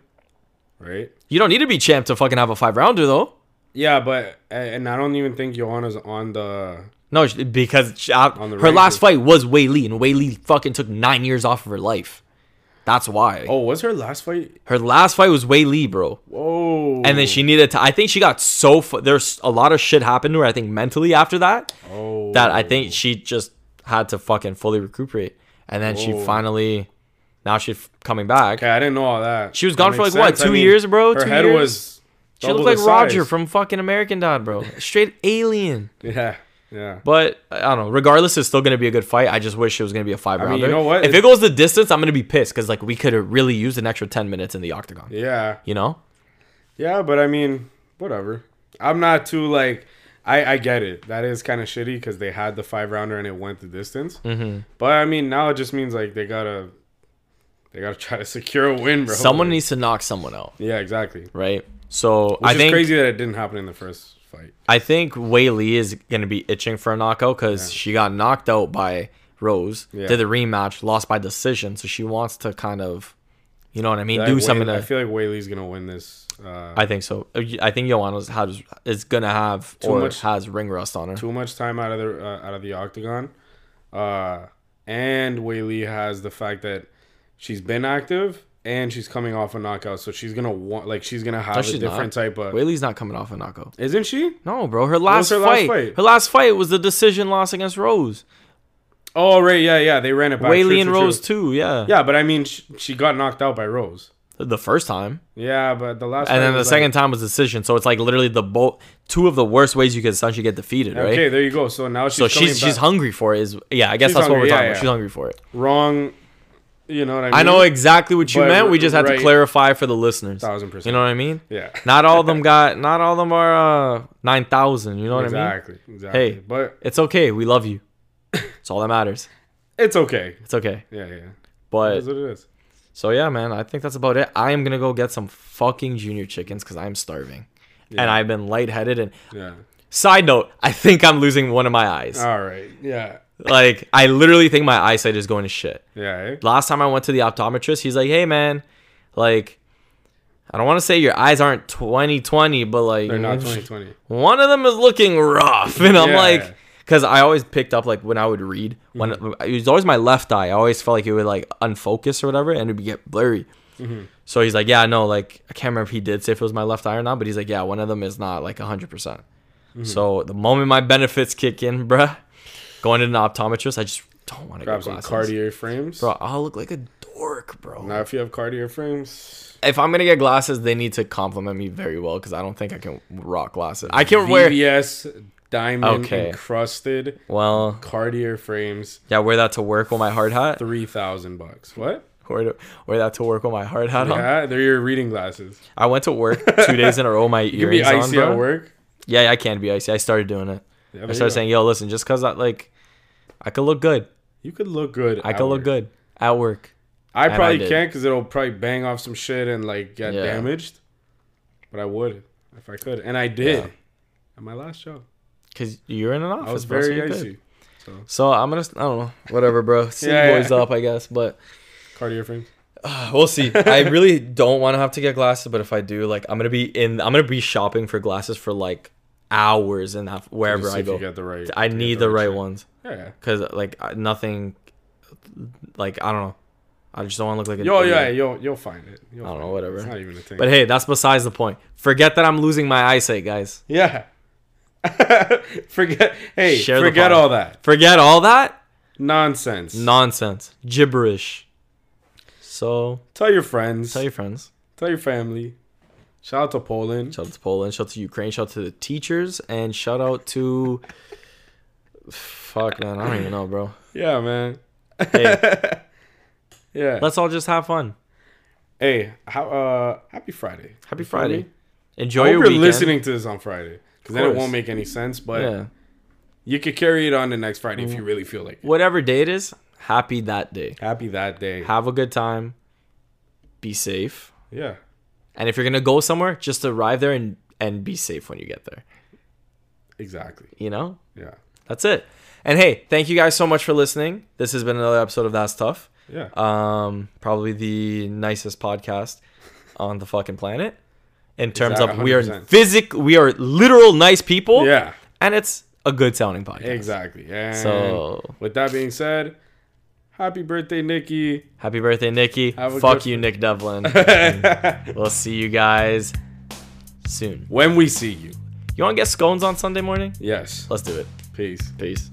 right? you don't need to be champ to fucking have a five rounder though. Yeah, but and I don't even think Joanna's on the. No, sh- because sh- uh, the her last rankings. fight was Wei Lee, and Wei Lee fucking took nine years off of her life. That's why. Oh, was her last fight? Her last fight was Wei Lee, bro. Whoa. And then she needed to. I think she got so. Fu- There's a lot of shit happened to her. I think mentally after that, Oh. that I think she just had to fucking fully recuperate. And then she Whoa. finally, now she's f- coming back. Okay, I didn't know all that. She was That gone for, makes like, what, two years, bro? Her Two head years? was. She looked like Roger from fucking American Dad, bro. Straight alien. Yeah. Yeah. But I don't know. Regardless, it's still gonna be a good fight. I just wish it was gonna be a five rounder. mean, you know what? If it goes the distance, I'm gonna be pissed because like we could have really used an extra ten minutes in the octagon. Yeah. You know? Yeah, but I mean, whatever. I'm not too like. I, I get it. That is kind of shitty because they had the five rounder and it went the distance. Mm-hmm. But I mean, now it just means like they gotta, they gotta try to secure a win, bro. Someone needs to knock someone out, Yeah, exactly. Which right? So I is think crazy that it didn't happen in the first fight. I think Wei Lee is going to be itching for a knockout because she got knocked out by Rose, Yeah. did the rematch, lost by decision. So she wants to kind of, you know what I mean, Like, do Whaley- something. To, I, I feel like Whaley's gonna win this. Uh, think so. I think Joanna's has is going to have or much- has ring rust on her. too much time out of the uh, out of the octagon, uh, and Whaley has the fact that she's been active and she's coming off a knockout, so she's gonna want like she's gonna have a she's not. different type of. Wei Lee's not coming off a knockout. Isn't she? No, bro. Her last, her last fight, fight? Her last fight was the decision loss against Rose. Oh right, yeah, yeah. They ran it back. Whaley True, and true, true. Rose too. Yeah. Yeah, but I mean, she, she got knocked out by Rose. The first time, Yeah, but the and last. fight then the was second time was decision. So it's like literally the both two of the worst ways you could essentially get defeated, Like, right? Okay, there you go. So now she's So coming she's back. she's hungry for it. Is yeah, I guess She's that's what hungry, we're yeah, talking about. yeah. She's hungry for it. wrong. You know what I mean? I know exactly what you But meant. We just had right- to clarify for the listeners. Thousand You percent. know what I mean? Yeah. Not all of them got. Not all of them are uh, nine thousand. You know what I mean? exactly. Exactly. Hey. but It's okay. We love you. It's all that matters. it's okay. It's okay. Yeah, yeah. But That's what it is. so yeah, man. I think that's about it. I am gonna go get some fucking junior chickens because I'm starving, and I've been lightheaded. And Yeah. side note, I think I'm losing one of my eyes. All right. Yeah. like I literally think my eyesight is going to shit. Yeah. eh? last time I went to the optometrist, he's like, "Hey man, like I don't want to say your eyes aren't 20/20, but like They're not 2020. one of them is looking rough." And I'm Yeah. like cuz I always picked up like when I would Mm-hmm. read, when it was always my left eye, I always felt like it would like unfocus or whatever and it would get blurry. Mm-hmm. So he's like, yeah, no, like I can't remember if he did say if it was my left eye or not, but he's like, yeah, one of them is not like 100%. percent Mm-hmm. So the moment my benefits kick in, bruh, going to an optometrist, I just don't want to Grab get some glasses. Cartier frames. Bro, I'll look like a dork, bro. Now, if you have Cartier frames, If I'm gonna get glasses, they need to complement me very well because I don't think I can rock glasses. I can wear VBS diamond Okay. encrusted well, Cartier frames, yeah, wear that to work with my hard hat. three thousand bucks. What? Wear, wear that to work with my hard hat on. Yeah, they're your reading glasses. I went to work two days in a row. My You can be earrings on, icy bro. at work. Yeah, yeah, I can be icy. I started doing it. Yeah, I there you, started go. saying, "Yo, listen, just cause I like, I could look good. you could look good. I at could work. look good at work." I I probably did. can't because it'll probably bang off some shit and like get Yeah. damaged. But I would if I could, and I did Yeah. at my last show. Cause you're in an office. I was bro, so very you're good. icy. So So I'm gonna, I don't know, whatever, bro. See Yeah, boys yeah. up, I guess, but. uh, Cartier frames. We'll see. I really don't want to have to get glasses, but if I do, like, I'm gonna be in. I'm gonna be shopping for glasses for like hours and half, wherever Just see I if go. you get the right. I you get need the right shit. ones Yeah. because like I- nothing, like I don't know. I just don't want to look like a. Yo, yeah, you'll you'll find it. You'll I don't find know, it. whatever. It's not even a thing. But hey, that's besides the point. Forget that I'm losing my eyesight, guys. yeah. forget. Hey, Share the forget pod. all that Forget all that nonsense. nonsense, gibberish. So tell your friends. tell your friends. Tell your family. Shout out to Poland. Shout out to Poland. Shout out to Ukraine. Shout out to the teachers. And shout out to. Fuck, man. I don't even know, bro. Yeah, man. Hey, Yeah. let's all just have fun. hey, how, uh, happy Friday. Happy You feel me? Friday. Enjoy I hope your you're weekend. listening to this on Friday because then it course. won't make any sense. But Yeah. Mm. you could carry it on to next Friday if you really feel like it. Whatever day it is, happy that day. Happy that day. Have a good time. Be safe. yeah. And if you're going to go somewhere, just arrive there and, and be safe when you get there. Exactly. You know? Yeah. That's it. And hey, thank you guys so much for listening. This has been another episode of That's Tough. Yeah. um probably the nicest podcast on the fucking planet in terms Exact- of we are 100%. physic we are literal nice people yeah. and it's a good sounding podcast Exactly. And So- with that being said, happy birthday, Nikki. happy birthday nikki Have a fuck good- you nick devlin we'll see you guys soon when we see you. you want to get scones on sunday morning Yes. let's do it Peace. peace